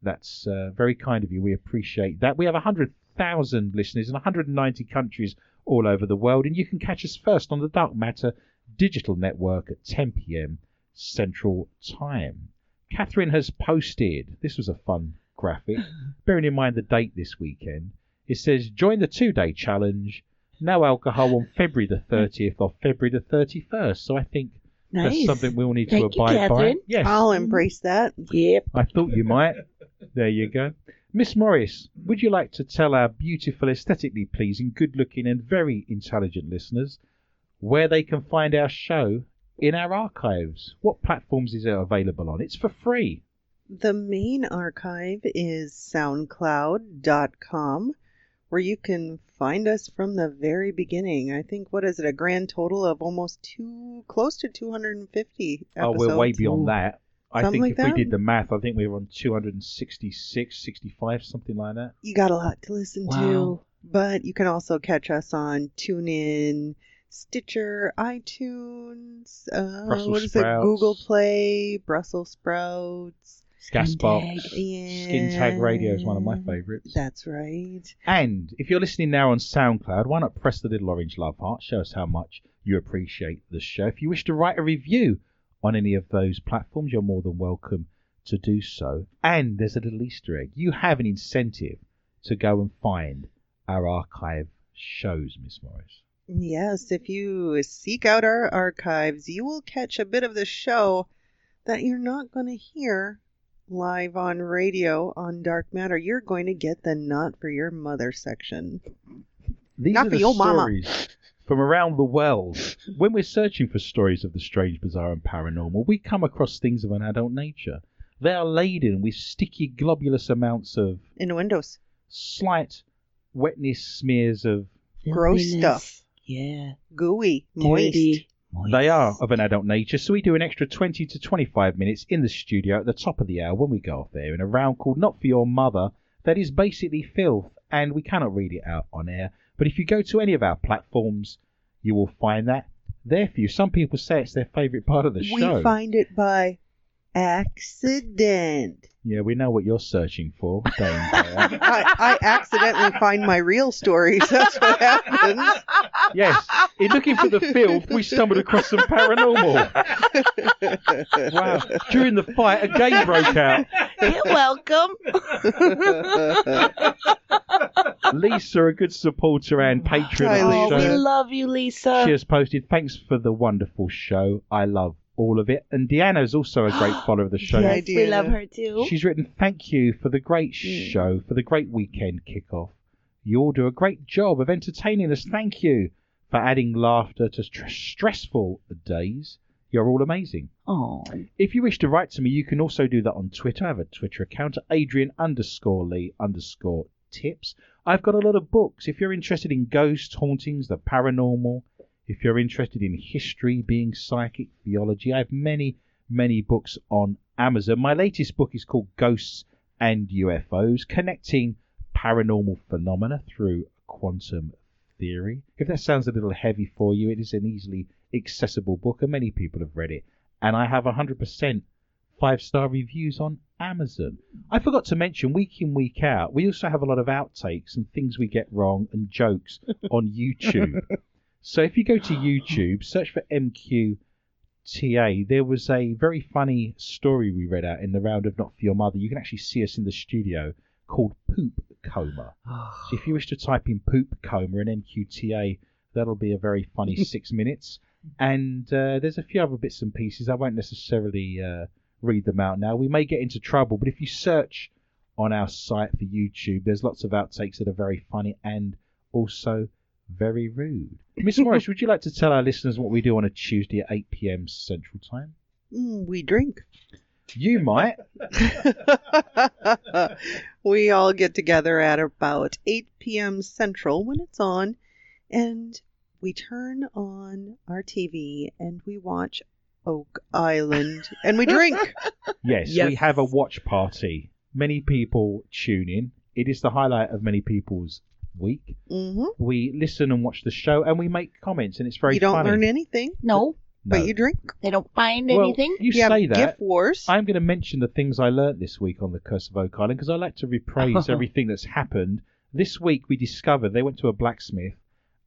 Speaker 2: that's uh, very kind of you. We appreciate that. We have 100,000 listeners in 190 countries all over the world, and you can catch us first on the Dark Matter digital network at 10 p.m. Central Time. Catherine has posted. This was a fun graphic. Bearing in mind the date this weekend, it says join the two-day challenge. No alcohol on February the 30th or February the 31st. So I think that's
Speaker 3: Nice.
Speaker 2: something we all need to
Speaker 1: Thank you,
Speaker 2: abide by.
Speaker 1: Catherine.
Speaker 2: Yes,
Speaker 3: I'll embrace that.
Speaker 1: Yep.
Speaker 2: I thought you might. There you go. Miss Morris, would you like to tell our beautiful, aesthetically pleasing, good-looking, and very intelligent listeners where they can find our show in our archives? What platforms is it available on? It's for free.
Speaker 3: The main archive is soundcloud.com, where you can find us from the very beginning. I think, what is it, a grand total of almost two, close to 250 episodes.
Speaker 2: Oh, we're way beyond that. I
Speaker 3: Something
Speaker 2: think if
Speaker 3: like that?
Speaker 2: we did the math, I think we were on 266, 65, something like that.
Speaker 3: You got a lot to listen to.
Speaker 1: Wow.
Speaker 3: But you can also catch us on TuneIn, Stitcher, iTunes, uh,
Speaker 2: Brussels
Speaker 3: what is
Speaker 2: sprouts.
Speaker 3: it, Google Play, Brussels sprouts.
Speaker 2: Gasbox.
Speaker 1: Skin
Speaker 2: Skin Tag Radio is one of my
Speaker 3: and-
Speaker 2: favourites.
Speaker 3: That's right.
Speaker 2: And if you're listening now on SoundCloud, why not press the little orange love heart? Show us how much you appreciate the show. If you wish to write a review on any of those platforms, you're more than welcome to do so. And there's a little Easter egg. You have an incentive to go and find our archive shows, Miss Morris.
Speaker 3: Yes, if you seek out our archives, you will catch a bit of the show that you're not going to hear live on radio on Dark Matter. You're going to get the not for your mother section.
Speaker 2: These
Speaker 3: Not
Speaker 2: are
Speaker 3: for
Speaker 2: the
Speaker 3: your mama.
Speaker 2: stories from around the world. When we're searching for stories of the strange, bizarre, and paranormal, we come across things of an adult nature. They are laden with sticky, globulous amounts of
Speaker 3: In windows.
Speaker 2: slight wetness smears of.
Speaker 3: Gross
Speaker 1: Filthiness.
Speaker 3: stuff.
Speaker 1: Yeah.
Speaker 3: Gooey, moist.
Speaker 1: Dirty.
Speaker 2: They are of an adult nature, so we do an extra 20 to 25 minutes in the studio at the top of the hour when we go off there in a round called Not For Your Mother that is basically filth, and we cannot read it out on air. But if you go to any of our platforms, you will find that there for you. Some people say it's their favourite part of the
Speaker 3: We
Speaker 2: show.
Speaker 3: find it by accident.
Speaker 2: yeah, we know what you're searching for, Dame Dare.
Speaker 3: I, I accidentally find my real stories. That's what happens.
Speaker 2: yes, in looking for the filth, we stumbled across some paranormal. Wow. During the fight, a game broke out.
Speaker 1: You're welcome.
Speaker 2: Lisa, a good supporter and patron
Speaker 3: Hi,
Speaker 2: of the
Speaker 1: oh,
Speaker 2: show.
Speaker 1: we
Speaker 3: Lisa.
Speaker 1: love you, Lisa.
Speaker 2: She has posted, thanks for the wonderful show. I love all of it. And Deanna is also a great follower of the show.
Speaker 3: Yes.
Speaker 1: yes, we
Speaker 3: Idea.
Speaker 1: love her too.
Speaker 2: She's written, thank you for the great
Speaker 3: Mm.
Speaker 2: show, for the great weekend kickoff. You all do a great job of entertaining us. Thank you for adding laughter to str- stressful days. You're all amazing.
Speaker 1: oh,
Speaker 2: If you wish to write to me, you can also do that on Twitter. I have a Twitter account, Adrian underscore Lee underscore tips. I've got a lot of books. If you're interested in ghosts, hauntings, the paranormal, if you're interested in history, being psychic, theology, I have many, many books on Amazon. My latest book is called Ghosts and UFOs Connecting Paranormal Phenomena Through Quantum Theory. If that sounds a little heavy for you, it is an easily accessible book, and many people have read it and I have 100% five star reviews on Amazon. I forgot to mention, week in, week out, we also have a lot of outtakes and things we get wrong and jokes on YouTube. so if you go to YouTube, search for MQTA, there was a very funny story we read out in the round of Not For Your Mother. You can actually see us in the studio called Poop Coma. So if you wish to type in poop coma and MQTA, that'll be a very funny six minutes. And uh, there's a few other bits and pieces. I won't necessarily uh, read them out now. We may get into trouble, but if you search on our site for YouTube, there's lots of outtakes that are very funny and also very rude. Miss Morris, would you like to tell our listeners what we do on a Tuesday at 8 p.m. Central Time?
Speaker 3: Mm, we drink.
Speaker 2: You might.
Speaker 3: we all get together at about 8 p.m. Central when it's on, and we turn on our TV and we watch Oak Island and we drink.
Speaker 2: Yes, we
Speaker 1: Yes.
Speaker 2: have a watch party. Many people tune in. It is the highlight of many people's week.
Speaker 3: hmm
Speaker 2: We listen and watch the show, and we make comments, and it's very
Speaker 3: You don't
Speaker 2: funny.
Speaker 3: learn anything,
Speaker 1: no,
Speaker 2: No.
Speaker 3: but you drink.
Speaker 1: they don't find
Speaker 2: Well,
Speaker 1: anything.
Speaker 2: You
Speaker 3: You have
Speaker 2: say that.
Speaker 3: gift wars.
Speaker 2: I'm going to mention the things I learnt this week on the Curse of Oak Island because I like to repraise everything that's happened. This week we discovered they went to a blacksmith,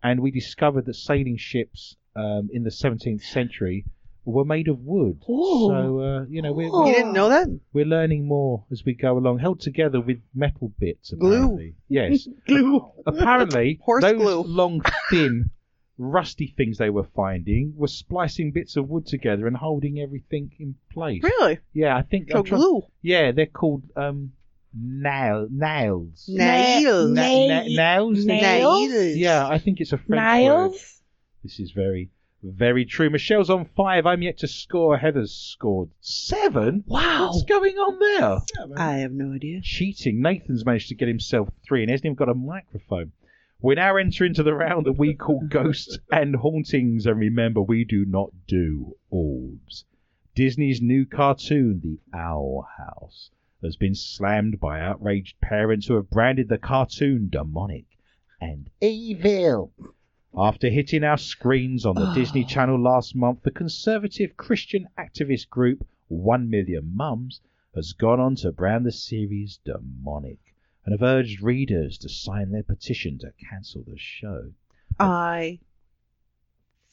Speaker 2: and we discovered that sailing ships um, in the 17th century were made of wood.
Speaker 1: Ooh.
Speaker 2: So uh, you know we're,
Speaker 1: Ooh.
Speaker 3: you didn't know that?
Speaker 2: We're learning more as we go along, held together with metal bits.
Speaker 3: Glue.
Speaker 2: Apparently. Yes.
Speaker 3: Glue.
Speaker 2: apparently,
Speaker 3: Horse
Speaker 2: those
Speaker 3: glue.
Speaker 2: long, thin, rusty things they were finding were splicing bits of wood together and holding everything in place.
Speaker 3: Really?
Speaker 2: Yeah, I think.
Speaker 3: So
Speaker 2: I'm trying-
Speaker 3: glue.
Speaker 2: yeah, they're called um, nail nails.
Speaker 3: Na- Nails.
Speaker 2: Na- na- nails.
Speaker 1: Nails?
Speaker 3: Nails.
Speaker 2: Yeah, I think it's a French word.
Speaker 1: Nails?
Speaker 2: This is very, very true. Michelle's on five. I'm yet to score. Heather's scored seven.
Speaker 1: Wow.
Speaker 2: What's going on there?
Speaker 3: I have no idea.
Speaker 2: cheating. Nathan's managed to get himself three and hasn't even got a microphone. We now enter into the round that we call ghosts and hauntings, and remember, we do not do orbs. Disney's new cartoon, The Owl House, has been slammed by outraged parents who have branded the cartoon demonic and evil. After hitting our screens on the Disney Channel last month, the conservative Christian activist group One Million Mums has gone on to brand the series demonic and have urged readers to sign their petition to cancel the show.
Speaker 3: I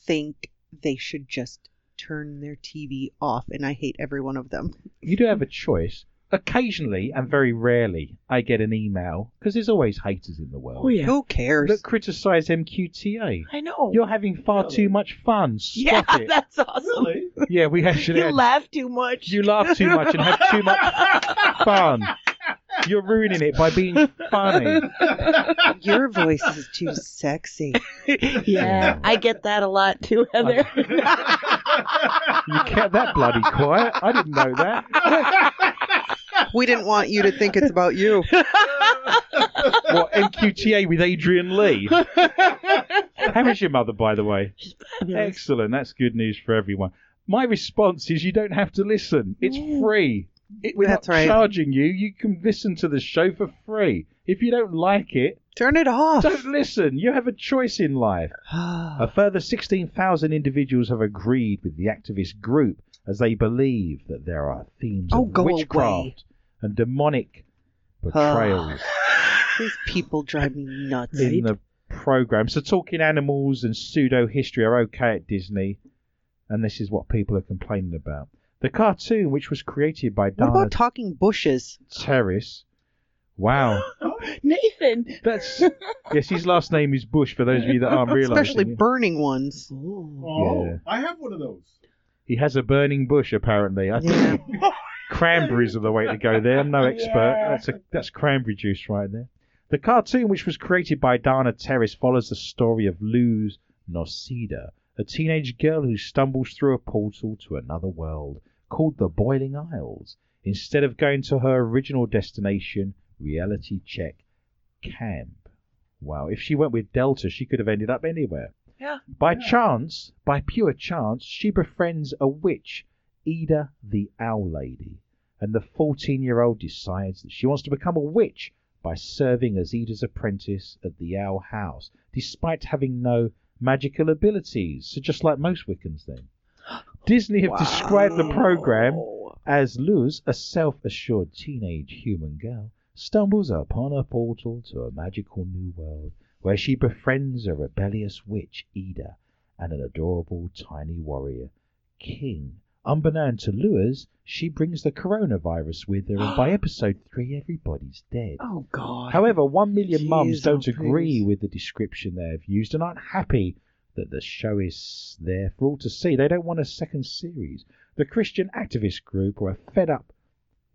Speaker 3: think they should just turn their TV off, and I hate every one of them.
Speaker 2: You do have a choice. Occasionally, and very rarely, I get an email because there's always haters in the world
Speaker 1: Oh, yeah.
Speaker 3: Who cares?
Speaker 2: that criticise MQTA.
Speaker 1: I know.
Speaker 2: You're having far
Speaker 4: Really?
Speaker 2: too much fun. Stop
Speaker 1: yeah,
Speaker 2: it.
Speaker 1: that's awesome.
Speaker 4: Really?
Speaker 2: Yeah, we actually.
Speaker 1: You
Speaker 2: had-
Speaker 1: laugh too much.
Speaker 2: you laugh too much and have too much fun. You're ruining it by being funny.
Speaker 3: Your voice is too sexy.
Speaker 1: yeah, I get that a lot too, Heather.
Speaker 2: You kept that bloody quiet. I didn't know that.
Speaker 3: We didn't want you to think it's about you.
Speaker 2: What MQTA with Adrian Lee? How is your mother, by the way?
Speaker 1: She's fabulous.
Speaker 2: Excellent. That's good news for everyone. My response is you don't have to listen. It's
Speaker 1: Yeah.
Speaker 2: free. It, we're
Speaker 3: That's
Speaker 2: not
Speaker 3: right.
Speaker 2: charging you. You can listen to the show for free. If you don't like it,
Speaker 3: Turn it off.
Speaker 2: don't listen. You have a choice in life.
Speaker 3: Oh.
Speaker 2: A further 16,000 individuals have agreed with the activist group as they believe that there are themes
Speaker 3: Oh,
Speaker 2: of
Speaker 3: go away. Ah.
Speaker 2: witchcraft and demonic portrayals
Speaker 3: These people drive me nuts.
Speaker 2: in the program. So, talking animals and pseudo history are okay at Disney, and this is what people are complaining about. The cartoon, which was created by
Speaker 3: What
Speaker 2: Donna
Speaker 3: about talking bushes?
Speaker 2: Terrace. Wow.
Speaker 1: Nathan.
Speaker 2: That's. yes, his last name is Bush, for those of you that aren't realizing.
Speaker 3: Especially
Speaker 2: it.
Speaker 3: burning ones.
Speaker 4: Oh,
Speaker 2: Yeah.
Speaker 4: I have one of those.
Speaker 2: He has a burning bush, apparently. I
Speaker 3: Yeah.
Speaker 2: cranberries are the way to go there. I'm no expert.
Speaker 4: Yeah.
Speaker 2: That's a, that's cranberry juice right there. The cartoon, which was created by Dana Terrace, follows the story of Luz Nocida, a teenage girl who stumbles through a portal to another world called the Boiling Isles. Instead of going to her original destination, reality check camp. Wow, if she went with Delta, she could have ended up anywhere.
Speaker 1: Yeah.
Speaker 2: By
Speaker 4: Yeah.
Speaker 2: chance, by pure chance, she befriends a witch, Ida the Owl Lady, and the 14 year old decides that she wants to become a witch by serving as Ida's apprentice at the Owl House, despite having no magical abilities. So, just like most Wiccans, then. Disney have described the program as Luz, a self assured teenage human girl, stumbles upon a portal to a magical new world where she befriends a rebellious witch, Ida, and an adorable tiny warrior, King. Unbeknown to Luz, she brings the coronavirus with her, and by episode three, everybody's dead.
Speaker 1: Oh God.
Speaker 2: However, one million
Speaker 3: Jeez,
Speaker 2: mums don't
Speaker 3: oh,
Speaker 2: agree
Speaker 3: please.
Speaker 2: with the description they've used and aren't happy that the show is there for all to see. They don't want a second series. The Christian activist group were fed up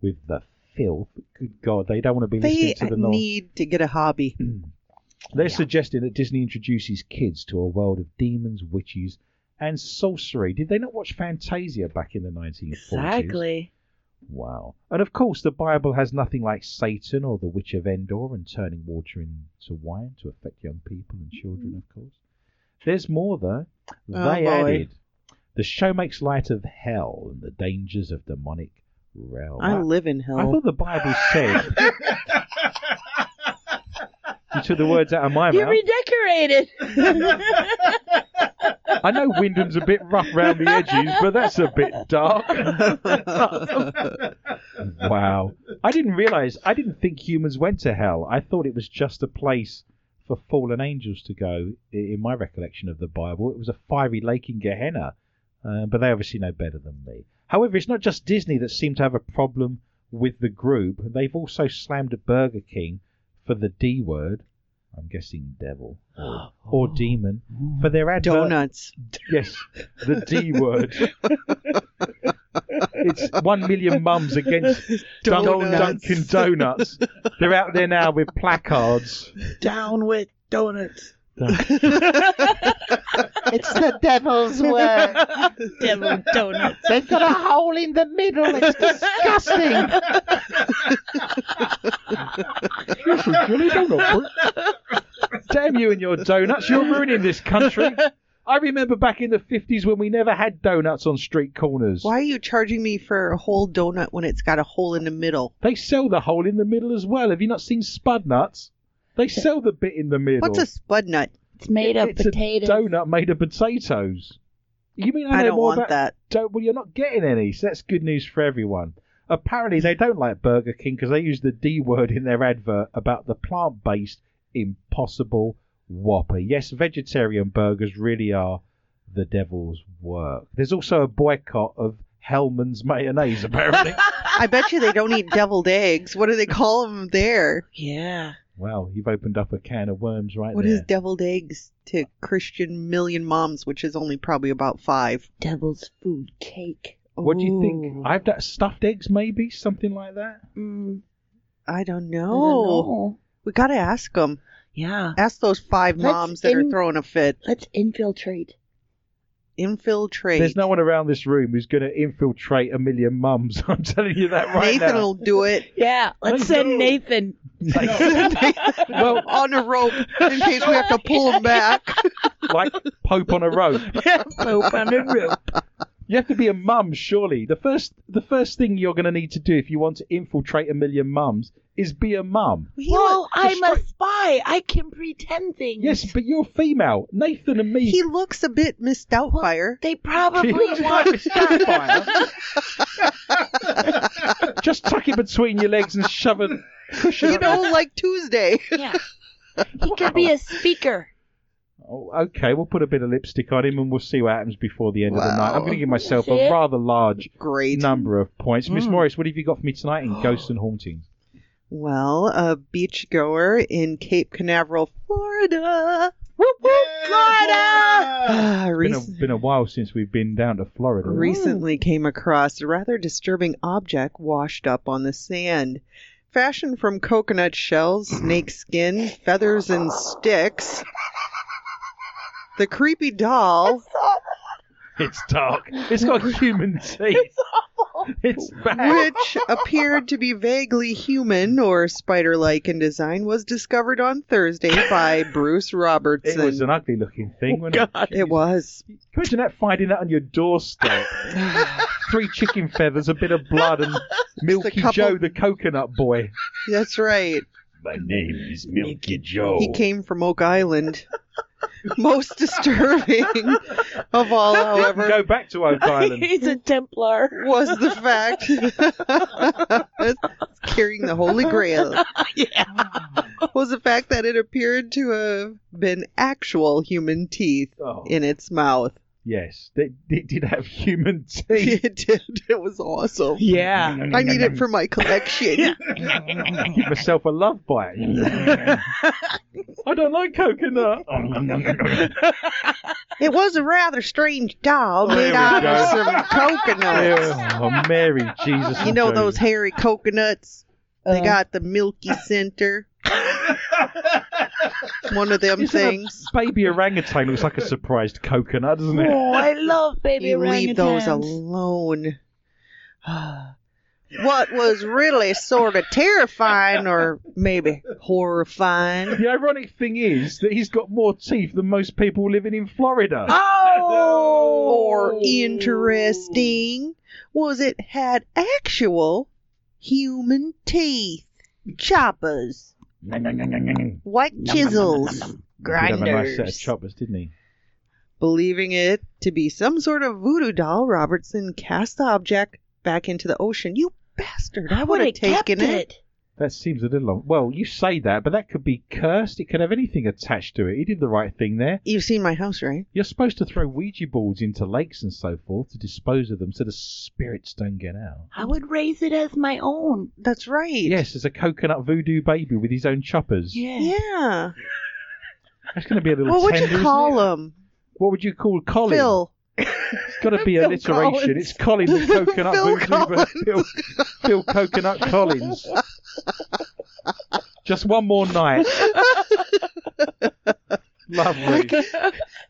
Speaker 2: with the filth. Good God, they don't want to be
Speaker 3: They
Speaker 2: listening to the noise.
Speaker 3: need to get a hobby.
Speaker 2: They're suggesting that Disney introduces kids to a world of demons, witches, and sorcery. Did they not watch Fantasia back in the 1940s?
Speaker 1: Exactly.
Speaker 2: Wow. And of course, the Bible has nothing like Satan or the Witch of Endor and turning water into wine to affect young people and children, of course. There's more, though. They
Speaker 3: Oh, boy.
Speaker 2: added the show makes light of hell and the dangers of demonic realm.
Speaker 3: I live in
Speaker 2: I
Speaker 3: hell.
Speaker 2: thought the Bible said. you took the words out of my
Speaker 1: You
Speaker 2: mouth.
Speaker 1: redecorated.
Speaker 2: I know Wyndham's a bit rough round the edges, but that's a bit dark. wow. I didn't realize, I didn't think humans went to hell. I thought it was just a place for fallen angels to go. I- In my recollection of the Bible, it was a fiery lake in Gehenna, uh, but they obviously know better than me. However, it's not just Disney that seemed to have a problem with the group. They've also slammed Burger King for the D word. I'm guessing devil or, or demon for their advert.
Speaker 3: Donuts.
Speaker 2: Yes, the D word. it's one million mums against Dun-
Speaker 3: Donuts.
Speaker 2: Dunkin' Donuts. They're out there now with placards.
Speaker 1: Down with donuts.
Speaker 5: It's the devil's word.
Speaker 1: Devil donuts.
Speaker 5: They've got a hole in the middle. It's disgusting.
Speaker 2: Damn you and your donuts! You're ruining this country. I remember back in the fifties when we never had donuts on street corners.
Speaker 3: Why are you charging me for a whole donut when it's got a hole in the middle?
Speaker 2: They sell the hole in the middle as well. Have you not seen Spud Nuts? They sell the bit in the middle.
Speaker 3: What's a spud nut?
Speaker 1: It's made of
Speaker 2: it's
Speaker 1: potatoes.
Speaker 2: a donut made of potatoes. You mean I,
Speaker 3: I
Speaker 2: know
Speaker 3: don't
Speaker 2: more
Speaker 3: want
Speaker 2: about
Speaker 3: that.
Speaker 2: don't well you're not getting any so that's good news for everyone apparently they don't like burger king because they use the d word in their advert about the plant-based impossible whopper yes vegetarian burgers really are the devil's work there's also a boycott of hellman's mayonnaise apparently
Speaker 3: I bet you they don't eat deviled eggs. What do they call them there?
Speaker 1: Yeah.
Speaker 2: Wow, you've opened up a can of worms right
Speaker 3: What
Speaker 2: there.
Speaker 3: is deviled eggs to Christian million moms, which is only probably about five?
Speaker 1: Devil's food cake.
Speaker 2: what do you
Speaker 1: Ooh.
Speaker 2: think? I've done stuffed eggs, maybe something like that.
Speaker 3: Mm, I don't
Speaker 1: I
Speaker 3: know.
Speaker 1: don't know.
Speaker 3: We gotta ask them.
Speaker 1: Oh. Yeah.
Speaker 3: Ask those five
Speaker 1: Let's
Speaker 3: moms that are
Speaker 1: in-
Speaker 3: throwing a fit.
Speaker 1: Let's infiltrate.
Speaker 3: Infiltrate.
Speaker 2: There's no one around this room who's going to infiltrate a million mums. I'm telling you that right
Speaker 3: Nathan
Speaker 2: now.
Speaker 3: will do it.
Speaker 1: Yeah. Let's
Speaker 2: Let's
Speaker 1: send
Speaker 2: go.
Speaker 1: Nathan.
Speaker 2: Well-
Speaker 3: on a rope in case we have to pull him back.
Speaker 2: like Pope on a rope.
Speaker 1: Pope on a rope.
Speaker 2: You have to be a mum, surely. The first, the first thing you're going to need to do if you want to infiltrate a million mums is be a mum.
Speaker 3: He
Speaker 1: Well,
Speaker 3: look-
Speaker 1: I'm a spy. I can pretend things.
Speaker 2: Yes, but you're female. Nathan and me.
Speaker 3: he looks a bit Miss Doubtfire.
Speaker 1: They probably
Speaker 2: Jesus
Speaker 1: want
Speaker 2: Christ, Sapphire. Just tuck it between your legs and shove it. Cushion
Speaker 3: You
Speaker 2: up your-
Speaker 3: know, like Tuesday.
Speaker 1: Yeah. He could be a speaker.
Speaker 2: Oh, okay, we'll put a bit of lipstick on him and we'll see what happens before the end of the
Speaker 3: Wow.
Speaker 2: night. I'm going to give myself
Speaker 1: See
Speaker 2: a
Speaker 1: it?
Speaker 2: rather large
Speaker 3: Great.
Speaker 2: number of points. Miss
Speaker 1: Mm.
Speaker 2: Morris, what have you got for me tonight in Ghosts and Hauntings?
Speaker 3: Well, a beachgoer in Cape Canaveral, Florida. Whoop, whoop, Ah,
Speaker 2: Been a,
Speaker 3: recent-
Speaker 2: been a while since we've been down to Florida.
Speaker 3: recently came across a rather disturbing object washed up on the sand. Fashioned from coconut shells, snake skin, feathers, and sticks, the creepy doll
Speaker 2: It's dark. It's got human teeth. It's bad.
Speaker 3: which appeared to be vaguely human or spider like in design, was discovered on Thursday by Bruce
Speaker 2: It
Speaker 3: Robertson.
Speaker 2: was an ugly looking thing. wasn't it?
Speaker 3: It was.
Speaker 2: Can you Imagine that finding that on your doorstep. Three chicken feathers, a bit of blood, and Milky
Speaker 3: couple-
Speaker 2: Joe, the coconut boy.
Speaker 3: That's right.
Speaker 2: My name is Milky Joe.
Speaker 3: He came from Oak Island. Most disturbing of all, however,
Speaker 2: Go back to Oak Island.
Speaker 1: He's a Templar.
Speaker 3: was the fact carrying the Holy Grail was the fact that it appeared to have been actual human teeth
Speaker 2: Oh,
Speaker 3: in its mouth.
Speaker 2: yes, it, it did have human teeth.
Speaker 3: It did. It was awesome.
Speaker 1: Yeah.
Speaker 3: I need it for my collection.
Speaker 2: Give myself a love bite. I don't like coconut.
Speaker 3: It was a rather strange doll
Speaker 2: Oh, There
Speaker 3: made
Speaker 2: we
Speaker 3: out
Speaker 2: go.
Speaker 3: of some coconuts.
Speaker 2: oh, Mary, Jesus.
Speaker 3: You know
Speaker 2: and Joe.
Speaker 3: those hairy coconuts? They
Speaker 1: Uh.
Speaker 3: got the milky center. One of them
Speaker 2: Isn't a
Speaker 3: things.
Speaker 2: Baby orangutan looks like a surprised coconut, doesn't it?
Speaker 1: Oh, I love baby
Speaker 3: You leave those
Speaker 1: orangutans.
Speaker 3: alone. what was really sort of terrifying, or maybe horrifying,
Speaker 2: The ironic thing is that he's got more teeth than most people living in Florida.
Speaker 3: Ah!
Speaker 1: Oh,
Speaker 3: or interesting was it had actual human teeth, choppers, white chisels,
Speaker 2: He did have a nice set of
Speaker 3: grinders.
Speaker 2: choppers, didn't he?
Speaker 3: Believing it to be some sort of voodoo doll, Robertson cast the object back into the ocean. You bastard! I would have
Speaker 1: kept
Speaker 3: taken it.
Speaker 2: That seems a little. Well, you say that, but that could be cursed. It could have anything attached to it. He did the right thing there.
Speaker 3: You've seen my house, right?
Speaker 2: You're supposed to throw Ouija boards into lakes and so forth to dispose of them so the spirits don't get out.
Speaker 1: I would raise it as my own.
Speaker 3: That's right.
Speaker 2: Yes, as a coconut voodoo baby with his own choppers.
Speaker 1: Yeah.
Speaker 3: Yeah.
Speaker 2: That's going to be a little
Speaker 3: What would
Speaker 2: tender,
Speaker 3: you
Speaker 2: isn't
Speaker 3: call
Speaker 2: it?
Speaker 3: him?
Speaker 2: What would you call Colin?
Speaker 3: Phil.
Speaker 2: It's got to be
Speaker 3: Phil
Speaker 2: alliteration.
Speaker 3: Collins.
Speaker 2: It's Colin the coconut
Speaker 3: Phil
Speaker 2: voodoo
Speaker 3: Collins.
Speaker 2: Phil, Phil Coconut Collins. Just one more night. Lovely.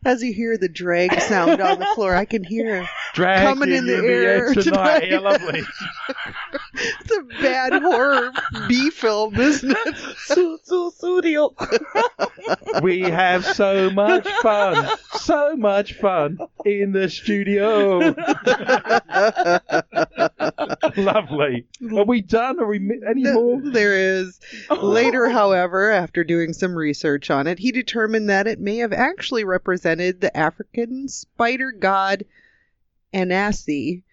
Speaker 3: As you hear the drag sound on the floor, I can hear
Speaker 2: Dragging
Speaker 3: Coming in the
Speaker 2: you air
Speaker 3: air
Speaker 2: tonight.
Speaker 3: tonight.
Speaker 2: Yeah, lovely.
Speaker 3: it's a bad horror B film, isn't it?
Speaker 1: Su- su- studio.
Speaker 2: We have so much fun, so much fun in the studio. Lovely. Are we done? Are we mi- any more?
Speaker 3: there is.
Speaker 2: Oh.
Speaker 3: Later, however, after doing some research on it, he determined that it may have actually represented the African spider god Anansi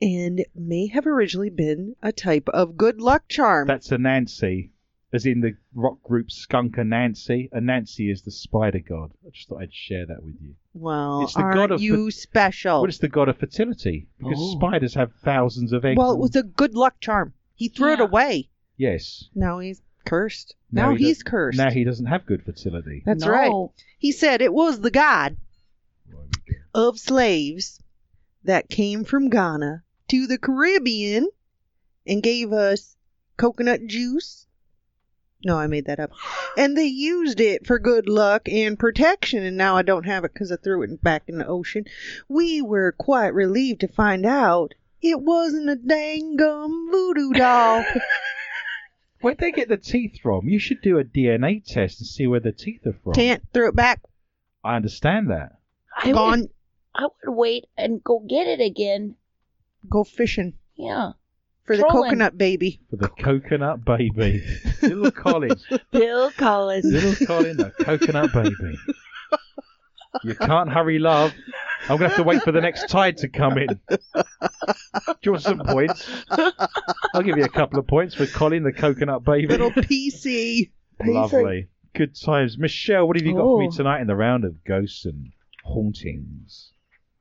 Speaker 3: and may have originally been a type of good luck charm.
Speaker 2: That's a Nancy, as in the rock group Skunk Nancy. A Nancy is the spider god. I just thought I'd share that with you.
Speaker 3: well,
Speaker 2: it's the god
Speaker 3: aren't
Speaker 2: of
Speaker 3: you special?
Speaker 2: Well, it's the god of fertility because
Speaker 1: Oh.
Speaker 2: spiders have thousands of eggs.
Speaker 3: Well, it
Speaker 2: and-
Speaker 3: was a good luck charm. He threw it
Speaker 1: Yeah.
Speaker 3: away.
Speaker 2: yes.
Speaker 3: Now he's cursed.
Speaker 2: Now
Speaker 3: Now,
Speaker 2: he
Speaker 3: he's
Speaker 2: doesn't-
Speaker 3: cursed.
Speaker 2: Now he doesn't have good fertility.
Speaker 3: That's
Speaker 1: No.
Speaker 3: right. He said it was the god of slaves that came from Ghana to the Caribbean and gave us coconut juice. No, I made that up. And they used it for good luck and protection, and now I don't have it because I threw it back in the ocean. We were quite relieved to find out it wasn't a dang gum voodoo doll.
Speaker 2: Where'd they get the teeth from? You should do a DNA test and see where the teeth are from.
Speaker 3: Can't throw it back.
Speaker 2: I understand that.
Speaker 1: I would,
Speaker 3: Gone.
Speaker 1: I would wait and go get it again.
Speaker 3: Go fishing
Speaker 1: Yeah.
Speaker 3: for the
Speaker 1: Trolling.
Speaker 3: coconut baby.
Speaker 2: For the coconut baby. Little Colin.
Speaker 1: Bill Collins.
Speaker 2: Little Colin, the coconut baby. You can't hurry, love. I'm going to have to wait for the next tide to come in. Do you want some points? I'll give you a couple of points for Colin, the coconut baby.
Speaker 3: Little PC.
Speaker 2: Lovely. Good times. Michelle, what have you got for me
Speaker 1: Oh.
Speaker 2: tonight in the round of ghosts and hauntings?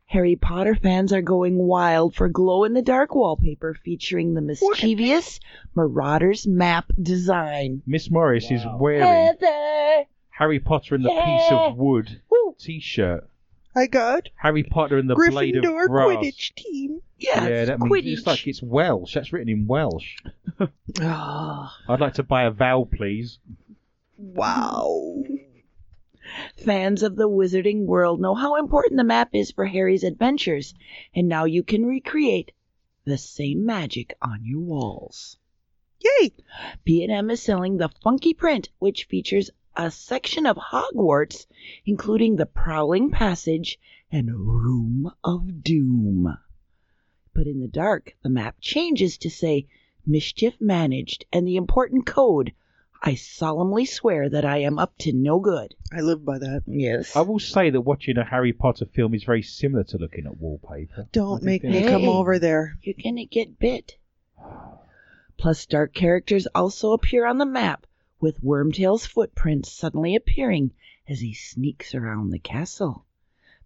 Speaker 1: Harry Potter fans are going wild for glow in the dark wallpaper featuring the mischievous Marauders map design.
Speaker 2: Miss Morris is
Speaker 4: Wow.
Speaker 2: wearing
Speaker 1: Heather!
Speaker 2: Harry Potter and the piece
Speaker 1: Yeah.
Speaker 2: of wood
Speaker 1: Woo.
Speaker 2: t-shirt.
Speaker 3: I got
Speaker 2: Harry Potter and the blade of
Speaker 3: Gryffindor
Speaker 2: grass.
Speaker 3: Quidditch team.
Speaker 1: Yes,
Speaker 2: yeah, that
Speaker 1: Quidditch.
Speaker 2: means it's like it's Welsh. That's written in Welsh.
Speaker 1: Ah,
Speaker 3: Oh,
Speaker 2: I'd like to buy a vowel, please.
Speaker 3: wow.
Speaker 1: Fans of the wizarding world know how important the map is for Harry's adventures, and now you can recreate the same magic on your walls.
Speaker 3: Yay!
Speaker 1: B&M is selling the funky print, which features a section of Hogwarts, including the Prowling Passage and Room of Doom. But in the dark, the map changes to say Mischief Managed and the important code I solemnly swear that I am up to no good.
Speaker 3: I live by that.
Speaker 1: Yes.
Speaker 2: I will say that watching a Harry Potter film is very similar to looking at wallpaper.
Speaker 3: Don't make me
Speaker 1: Hey.
Speaker 3: come over there.
Speaker 1: You're gonna get bit. Plus, dark characters also appear on the map, with Wormtail's footprints suddenly appearing as he sneaks around the castle.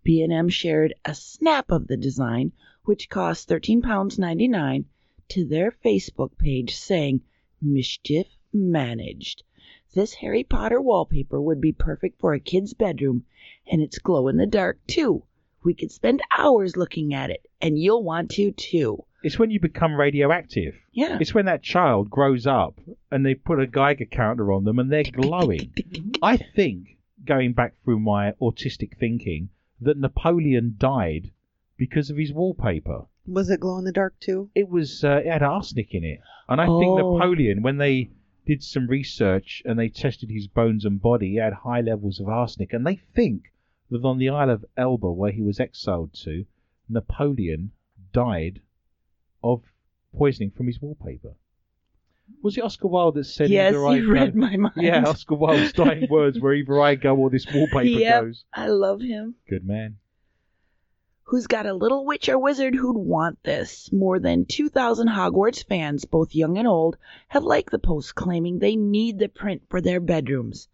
Speaker 1: B&M shared a snap of the design, which cost £13.99, to their Facebook page saying, Mischief Managed. This Harry Potter wallpaper would be perfect for a kid's bedroom, and it's glow in the dark too. We could spend hours looking at it, and you'll want to too.
Speaker 2: It's when you become radioactive.
Speaker 1: Yeah.
Speaker 2: It's when that child grows up and they put a Geiger counter on them and they're glowing. I think, going back through my autistic thinking, that Napoleon died because of his wallpaper.
Speaker 3: Was it glow in the dark too?
Speaker 2: It was uh, it had arsenic in it, and I think
Speaker 1: Oh.
Speaker 2: Napoleon, when they did some research and they tested his bones and body, he had high levels of arsenic, and they think that on the Isle of Elba, where he was exiled to, Napoleon died of poisoning from his wallpaper. Was it Oscar Wilde that said?
Speaker 1: yes,
Speaker 2: either I
Speaker 1: you
Speaker 2: go-
Speaker 1: read my mind.
Speaker 2: Yeah, Oscar Wilde's dying words where either I go or this wallpaper
Speaker 1: Yep.
Speaker 2: goes.
Speaker 1: I love him.
Speaker 2: Good man.
Speaker 1: Who's got a little witch or wizard who'd want this? More than 2,000 Hogwarts fans, both young and old, have liked the post claiming they need the print for their bedrooms.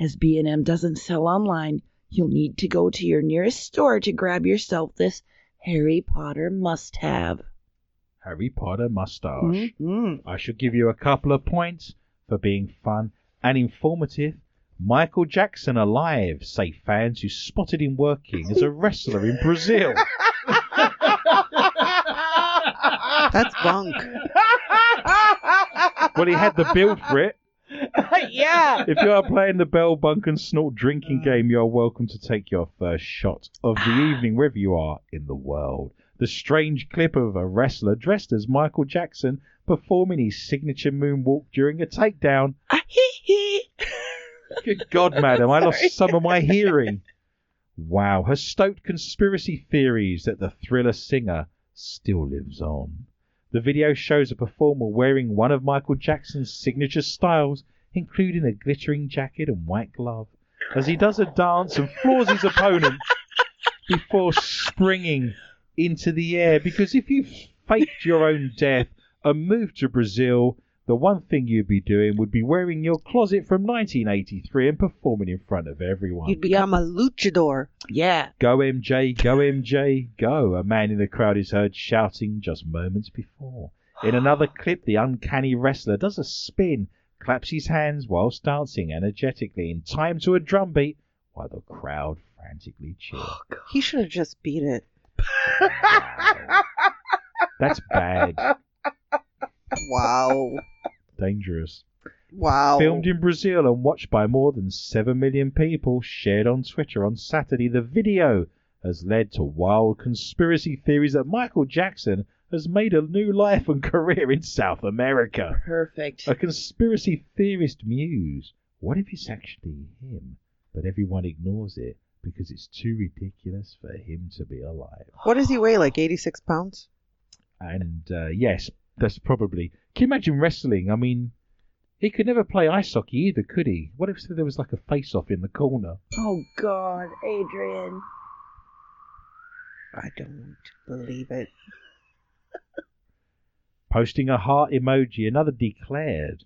Speaker 1: As B&M doesn't sell online, you'll need to go to your nearest store to grab yourself this Harry Potter must-have.
Speaker 2: Harry Potter mustache.
Speaker 1: Mhm.
Speaker 2: I should give you a couple of points for being fun and informative. Michael Jackson alive, say fans who spotted him working as a wrestler in Brazil.
Speaker 3: That's bunk.
Speaker 2: Well, he had the build for it.
Speaker 1: yeah.
Speaker 2: If you are playing the Bell Bunk and Snort drinking game, you are welcome to take your first shot of the evening, wherever you are in the world. The strange clip of a wrestler dressed as Michael Jackson performing his signature moonwalk during a takedown Good God, madam, I lost some of my hearing. Wow, her stoked conspiracy theories that the thriller singer still lives on. The video shows a performer wearing one of Michael Jackson's signature styles, including a glittering jacket and white glove, as he does a dance and floors his opponent before springing into the air. Because if you faked your own death and moved to Brazil, the one thing you'd be doing would be wearing your closet from 1983 and performing in front of everyone.
Speaker 3: You'd become a luchador.
Speaker 1: yeah.
Speaker 2: Go MJ, go MJ, go. A man in the crowd is heard shouting just moments before. In another clip, the uncanny wrestler does a spin, claps his hands whilst dancing energetically in time to a drum beat while the crowd frantically cheers.
Speaker 3: He should have just beat it.
Speaker 2: Wow. That's bad.
Speaker 3: Wow.
Speaker 2: Dangerous.
Speaker 3: Wow.
Speaker 2: Filmed in Brazil and watched by more than 7 million people, shared on Twitter on Saturday, the video has led to wild conspiracy theories that Michael Jackson has made a new life and career in South America.
Speaker 1: Perfect.
Speaker 2: A conspiracy theorist muse. What if it's actually him, but everyone ignores it because it's too ridiculous for him to be alive?
Speaker 3: What does he weigh? Like 86 pounds?
Speaker 2: And uh, yes, that's probably. Can you imagine wrestling? I mean, he could never play ice hockey either, could he? What if there was like a face off in the corner?
Speaker 1: Oh God, Adrian.
Speaker 3: I don't believe it.
Speaker 2: Posting a heart emoji, another declared,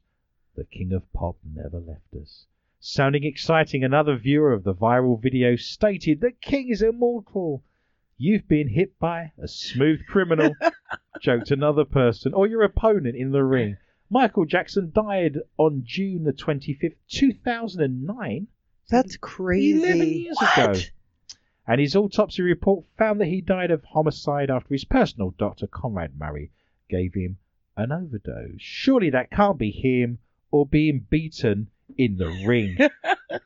Speaker 2: The King of Pop never left us. Sounding exciting, another viewer of the viral video stated, The King is immortal. You've been hit by a smooth criminal, joked another person, or your opponent in the ring. Michael Jackson died on June the 25th, 2009.
Speaker 3: That's
Speaker 2: 11
Speaker 3: crazy.
Speaker 2: years ago. And his autopsy report found that he died of homicide after his personal doctor, Conrad Murray, gave him an overdose. Surely that can't be him or being beaten in the ring.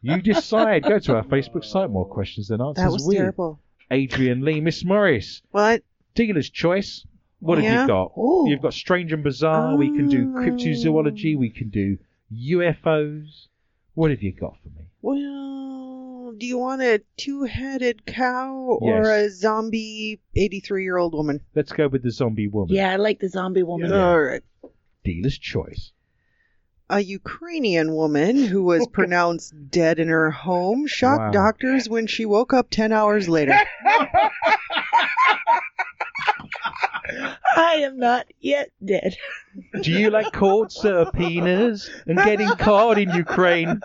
Speaker 2: you decide. Go to our Facebook site. More questions than answers.
Speaker 3: That was
Speaker 2: with
Speaker 3: terrible.
Speaker 2: Adrian Lee, Miss Morris,
Speaker 3: What?
Speaker 2: dealer's choice. What have
Speaker 3: Yeah.
Speaker 2: you got?
Speaker 3: Ooh. Um,
Speaker 2: You've got Strange and Bizarre. We can do cryptozoology. We can do UFOs. What have you got for me?
Speaker 3: Well, do you want a two headed cow or
Speaker 2: Yes.
Speaker 3: a zombie 83 year old woman?
Speaker 2: Let's go with the zombie woman.
Speaker 1: Yeah, I like the zombie woman.
Speaker 2: Yeah.
Speaker 3: All right.
Speaker 2: Dealer's choice.
Speaker 3: A Ukrainian woman who was pronounced dead in her home shocked
Speaker 2: Wow.
Speaker 3: doctors when she woke up 10 hours later.
Speaker 1: I am not yet dead.
Speaker 2: Do you like court subpoenas and getting caught in Ukraine?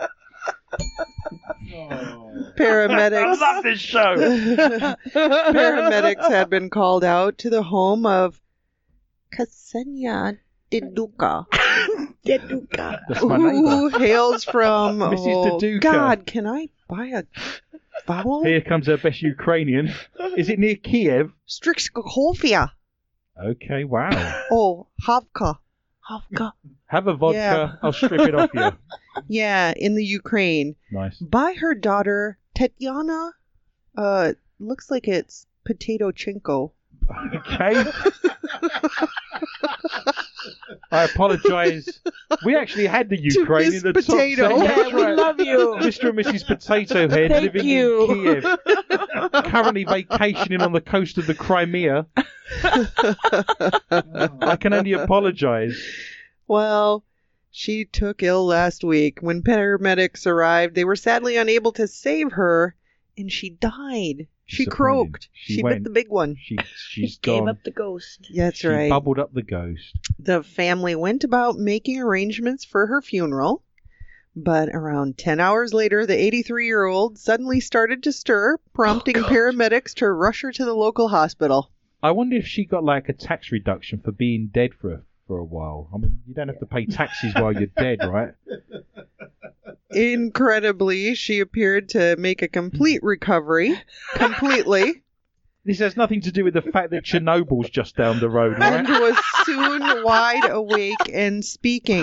Speaker 3: Paramedics.
Speaker 2: this show.
Speaker 3: Paramedics had been called out to the home of Ksenia Deduka,
Speaker 1: Deduka.
Speaker 2: That's my neighbour.
Speaker 3: who hails from.
Speaker 2: Mrs.
Speaker 3: Oh,
Speaker 2: Deduka.
Speaker 3: God, can I buy a vowel?
Speaker 2: Here comes her best Ukrainian. Is it near Kiev?
Speaker 3: Strixkovia.
Speaker 2: Okay, wow.
Speaker 3: Oh, Havka.
Speaker 1: Hofka.
Speaker 2: Have a vodka.
Speaker 3: Yeah.
Speaker 2: I'll strip it off you.
Speaker 3: Yeah, in the Ukraine.
Speaker 2: Nice.
Speaker 3: By her daughter, Tetyana. Uh, looks like it's Potato Chinko.
Speaker 2: Okay. I apologise. We actually had the Ukraine
Speaker 3: Miss
Speaker 2: in the top
Speaker 3: Potato.
Speaker 2: ten.
Speaker 1: Yeah,
Speaker 2: That's
Speaker 1: we
Speaker 2: right.
Speaker 1: love you.
Speaker 2: Mr. and Mrs. Potato Head
Speaker 1: Thank
Speaker 2: living
Speaker 1: you.
Speaker 2: in Kiev, currently vacationing on the coast of the Crimea. I can only apologise.
Speaker 3: Well, she took ill last week. When paramedics arrived, they were sadly unable to save her, and she died. She
Speaker 2: Disappointing.
Speaker 3: croaked.
Speaker 2: She
Speaker 3: She,
Speaker 2: went.
Speaker 3: bit the big one.
Speaker 2: She she's
Speaker 1: Gave
Speaker 2: gone.
Speaker 1: up the ghost.
Speaker 3: Yeah, That's
Speaker 2: she
Speaker 3: right.
Speaker 2: bubbled up the ghost.
Speaker 3: The family went about making arrangements for her funeral, but around 10 hours later, the 83 year old suddenly started to
Speaker 2: Oh,
Speaker 3: stir, prompting paramedics to rush her to the local hospital.
Speaker 2: I wonder if she got like a tax reduction for being dead for a, for a while. I mean, you don't have to pay taxes while you're dead, right?
Speaker 3: Incredibly, she appeared to make a complete recovery. Completely.
Speaker 2: This has nothing to do with the fact that Chernobyl's just down the road,
Speaker 3: and
Speaker 2: right?
Speaker 3: was soon wide awake and speaking.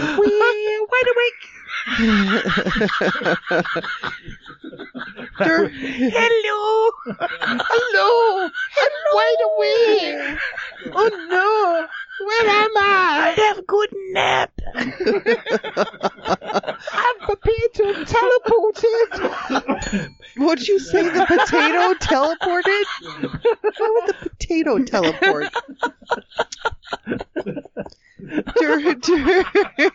Speaker 3: Dur-
Speaker 1: Hello.
Speaker 5: Hello! I'm wide awake! Oh no! Where am
Speaker 1: I
Speaker 5: I?
Speaker 1: have good nap.
Speaker 5: I'm prepared to teleport it!
Speaker 3: Would you say the potato teleported? How would the potato teleport? Dur- dur-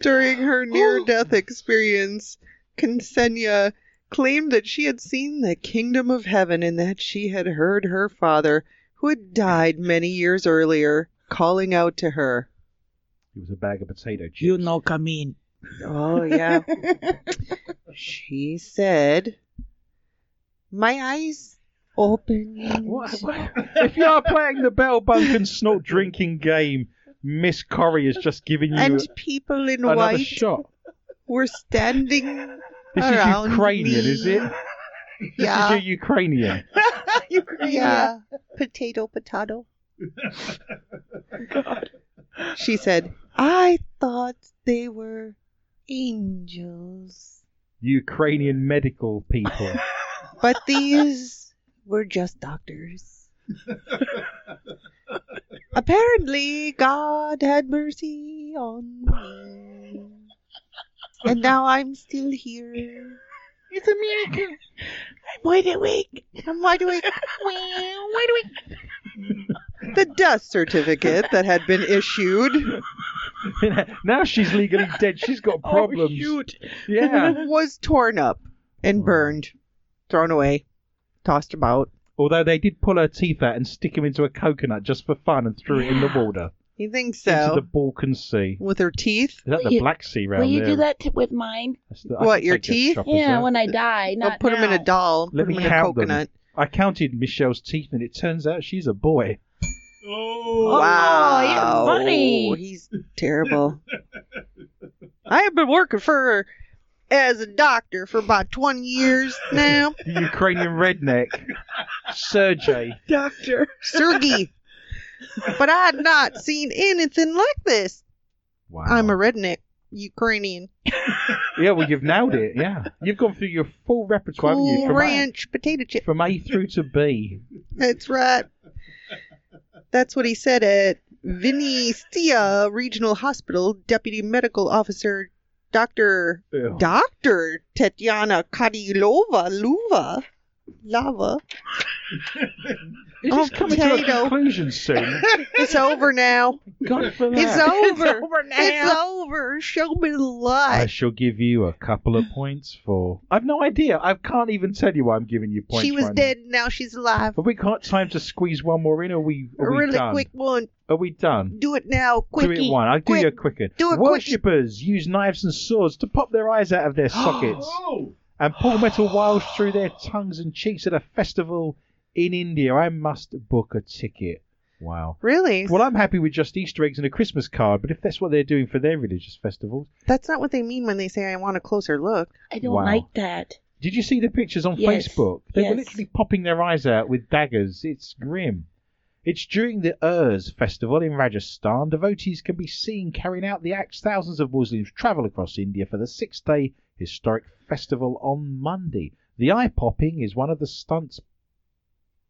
Speaker 3: During her near death experience, Ksenia claimed that she had seen the kingdom of heaven and that she had heard her father, who had died many years earlier, calling out to her.
Speaker 2: It was a bag of potato chips.
Speaker 1: You know, come in.
Speaker 3: Oh, yeah. she said, My eyes Open. your-
Speaker 2: if you are playing the bell bunk and snort drinking game, Miss Corrie is just giving you
Speaker 3: And people in
Speaker 2: another
Speaker 3: white
Speaker 2: shot.
Speaker 3: were standing.
Speaker 2: This
Speaker 3: around
Speaker 2: is Ukrainian,
Speaker 3: me.
Speaker 2: is it? This is
Speaker 3: Yeah.
Speaker 2: your Ukrainian.
Speaker 3: Yeah. Potato, potato. She said, I thought they were angels,
Speaker 2: Ukrainian medical people.
Speaker 3: but these were just doctors. Apparently, God had mercy on me. And now I'm still here.
Speaker 5: It's a miracle.
Speaker 1: I'm wide awake.
Speaker 3: I'm wide awake.
Speaker 5: Well, why do we?
Speaker 3: The death certificate that had been issued
Speaker 2: now she's legally dead. She's got problems.
Speaker 1: Oh, shoot.
Speaker 2: Yeah.
Speaker 3: was torn up and burned, thrown away, tossed about.
Speaker 2: Although they did pull her teeth out and stick them into a coconut just for fun and threw it in the water
Speaker 3: You think
Speaker 2: into the
Speaker 3: so?
Speaker 2: Balkan Sea. Is
Speaker 3: With her teeth?
Speaker 2: that the
Speaker 1: you-
Speaker 2: Black Sea round
Speaker 1: Will you
Speaker 2: there?
Speaker 1: do that t- with mine?
Speaker 2: That's the- I
Speaker 3: What,
Speaker 2: can
Speaker 3: your
Speaker 2: take a
Speaker 3: teeth?
Speaker 2: chop as
Speaker 1: Yeah,
Speaker 2: well.
Speaker 1: when I die.
Speaker 3: I'll
Speaker 1: Not
Speaker 3: put him in a
Speaker 1: now.
Speaker 3: doll.
Speaker 2: Let
Speaker 3: put him
Speaker 2: me
Speaker 3: in a
Speaker 2: count them.
Speaker 3: coconut.
Speaker 2: I counted Michelle's teeth, and it turns out she's a boy.
Speaker 4: Oh.
Speaker 1: Wow. you're funny.
Speaker 3: He's terrible. I have been working for as a doctor for about 20 years now.
Speaker 2: The Ukrainian redneck, Sergey.
Speaker 1: Doctor.
Speaker 3: Sergey. But I had not seen anything like this.
Speaker 2: Wow.
Speaker 3: I'm a redneck Ukrainian.
Speaker 2: yeah. Well, you've nailed it. Yeah, you've gone through your full repertoire, haven't you?
Speaker 3: Cool
Speaker 2: From
Speaker 3: ranch potato
Speaker 2: A,
Speaker 3: chip.
Speaker 2: from A through to B.
Speaker 3: That's right. That's what he said at Vinistia Regional Hospital, Deputy Medical Officer Dr.
Speaker 2: Ew.
Speaker 3: Dr. Tetiana Kadilova Luva Lava
Speaker 2: This is
Speaker 3: Oh,
Speaker 2: coming to a
Speaker 3: potato.
Speaker 2: conclusion soon.
Speaker 3: It's over now.
Speaker 2: God for that.
Speaker 3: It's over.
Speaker 1: now.
Speaker 3: It's over. Show me the
Speaker 2: I
Speaker 3: light.
Speaker 2: shall give you a couple of points for. I've no idea. I can't even tell you why I'm giving you points.
Speaker 3: She was
Speaker 2: right now.
Speaker 3: dead. Now she's alive.
Speaker 2: Have we got time to squeeze one more in? Are we?
Speaker 3: A
Speaker 2: Are we
Speaker 3: really
Speaker 2: done?
Speaker 3: quick one.
Speaker 2: Are we done?
Speaker 3: Do it now. Quickie.
Speaker 2: Do it one. I'll do
Speaker 3: Quick.
Speaker 2: you a quicker.
Speaker 3: Do it quick.
Speaker 2: Worshippers use knives and swords to pop their eyes out of their sockets
Speaker 4: Oh.
Speaker 2: and pull metal wires through their tongues and cheeks at a festival in India. I must book a ticket. Wow.
Speaker 3: Really?
Speaker 2: Well, I'm happy with just Easter eggs and a Christmas card, but if that's what they're doing for their religious festivals,
Speaker 3: That's not what they mean when they say I want a closer look.
Speaker 1: I don't
Speaker 2: Wow.
Speaker 1: like that.
Speaker 2: did you see the pictures on
Speaker 1: Yes.
Speaker 2: Facebook? They were
Speaker 1: Yes.
Speaker 2: literally popping their eyes out with daggers. It's grim. It's during the Urs festival in Rajasthan. Devotees can be seen carrying out the acts. Thousands of Muslims travel across India for the six day historic festival on Monday. The eye popping is one of the stunts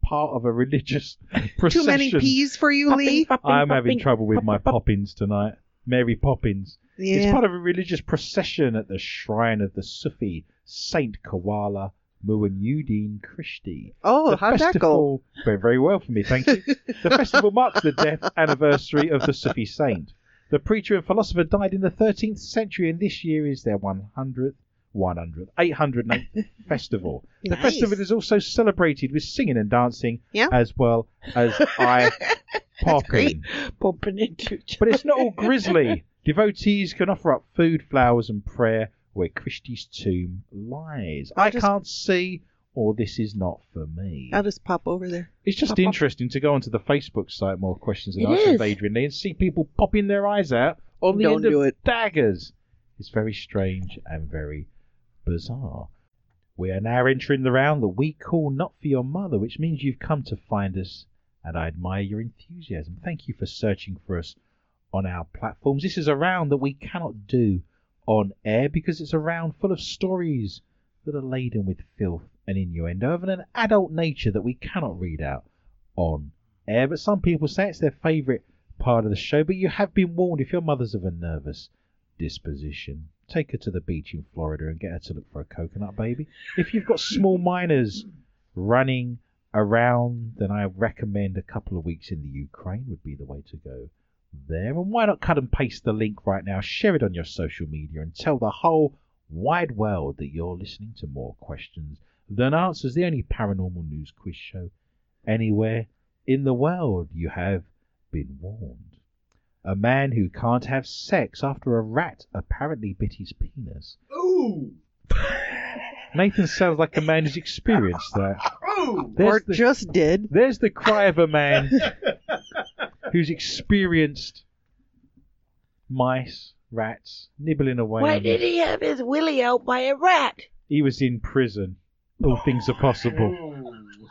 Speaker 2: part of a religious procession.
Speaker 3: Too many peas for you, Lee?
Speaker 2: I'm having trouble with my poppins tonight. Mary Poppins. It's
Speaker 3: Yeah.
Speaker 2: part of a religious procession at the shrine of the Sufi Saint Koala Muinuddin Christie.
Speaker 3: Oh,
Speaker 2: The
Speaker 3: how'd that go?
Speaker 2: festival- Very, very well for me, thank you. the festival marks the death anniversary of the Sufi saint. The preacher and philosopher died in the 13th century, and this year is their 100th, 100th, 808th festival. The
Speaker 3: Nice.
Speaker 2: festival is also celebrated with singing and dancing,
Speaker 3: Yeah.
Speaker 2: as well as eye
Speaker 3: great.
Speaker 2: popping.
Speaker 1: Bumping into each
Speaker 2: But it's not all grisly. Devotees can offer up food, flowers, and prayer where Christie's tomb lies. I,
Speaker 3: just-
Speaker 2: can't see, or this is not for me.
Speaker 3: I'll just pop over there.
Speaker 2: It's just interesting to go onto the Facebook site, more questions and
Speaker 1: It
Speaker 2: answers,
Speaker 1: is.
Speaker 2: Adrian Lee, and see people popping their eyes out on the
Speaker 3: Don't
Speaker 2: end of
Speaker 3: do it.
Speaker 2: daggers. It's very strange and very bizarre. We are now entering the round that we call Not For Your Mother, which means you've come to find us, and I admire your enthusiasm. Thank you for searching for us on our platforms. This is a round that we cannot do on air because it's a round full of stories that are laden with filth and innuendo of an adult nature that we cannot read out on air. But some people say it's their favourite part of the show. But you have been warned if your mother's of a nervous disposition, take her to the beach in Florida and get her to look for a coconut baby. If you've got small minors running around, then I recommend a couple of weeks in the Ukraine would be the way to go there. And why not cut and paste the link right now, share it on your social media, and tell the whole wide world that you're listening to more questions than answers, the only paranormal news quiz show anywhere in the world. You have been warned. A man who can't have sex after a rat apparently bit his penis.
Speaker 4: Ooh.
Speaker 2: Nathan sounds like a man who's experienced that.
Speaker 4: Oh. Boom!
Speaker 2: There's
Speaker 3: or
Speaker 2: the-
Speaker 3: just did.
Speaker 2: There's the cry of a man who's experienced mice, rats nibbling away.
Speaker 1: Why
Speaker 2: on
Speaker 1: did
Speaker 2: him.
Speaker 1: he have his willy out by a rat?
Speaker 2: He was in prison. All things are possible.
Speaker 4: Boom.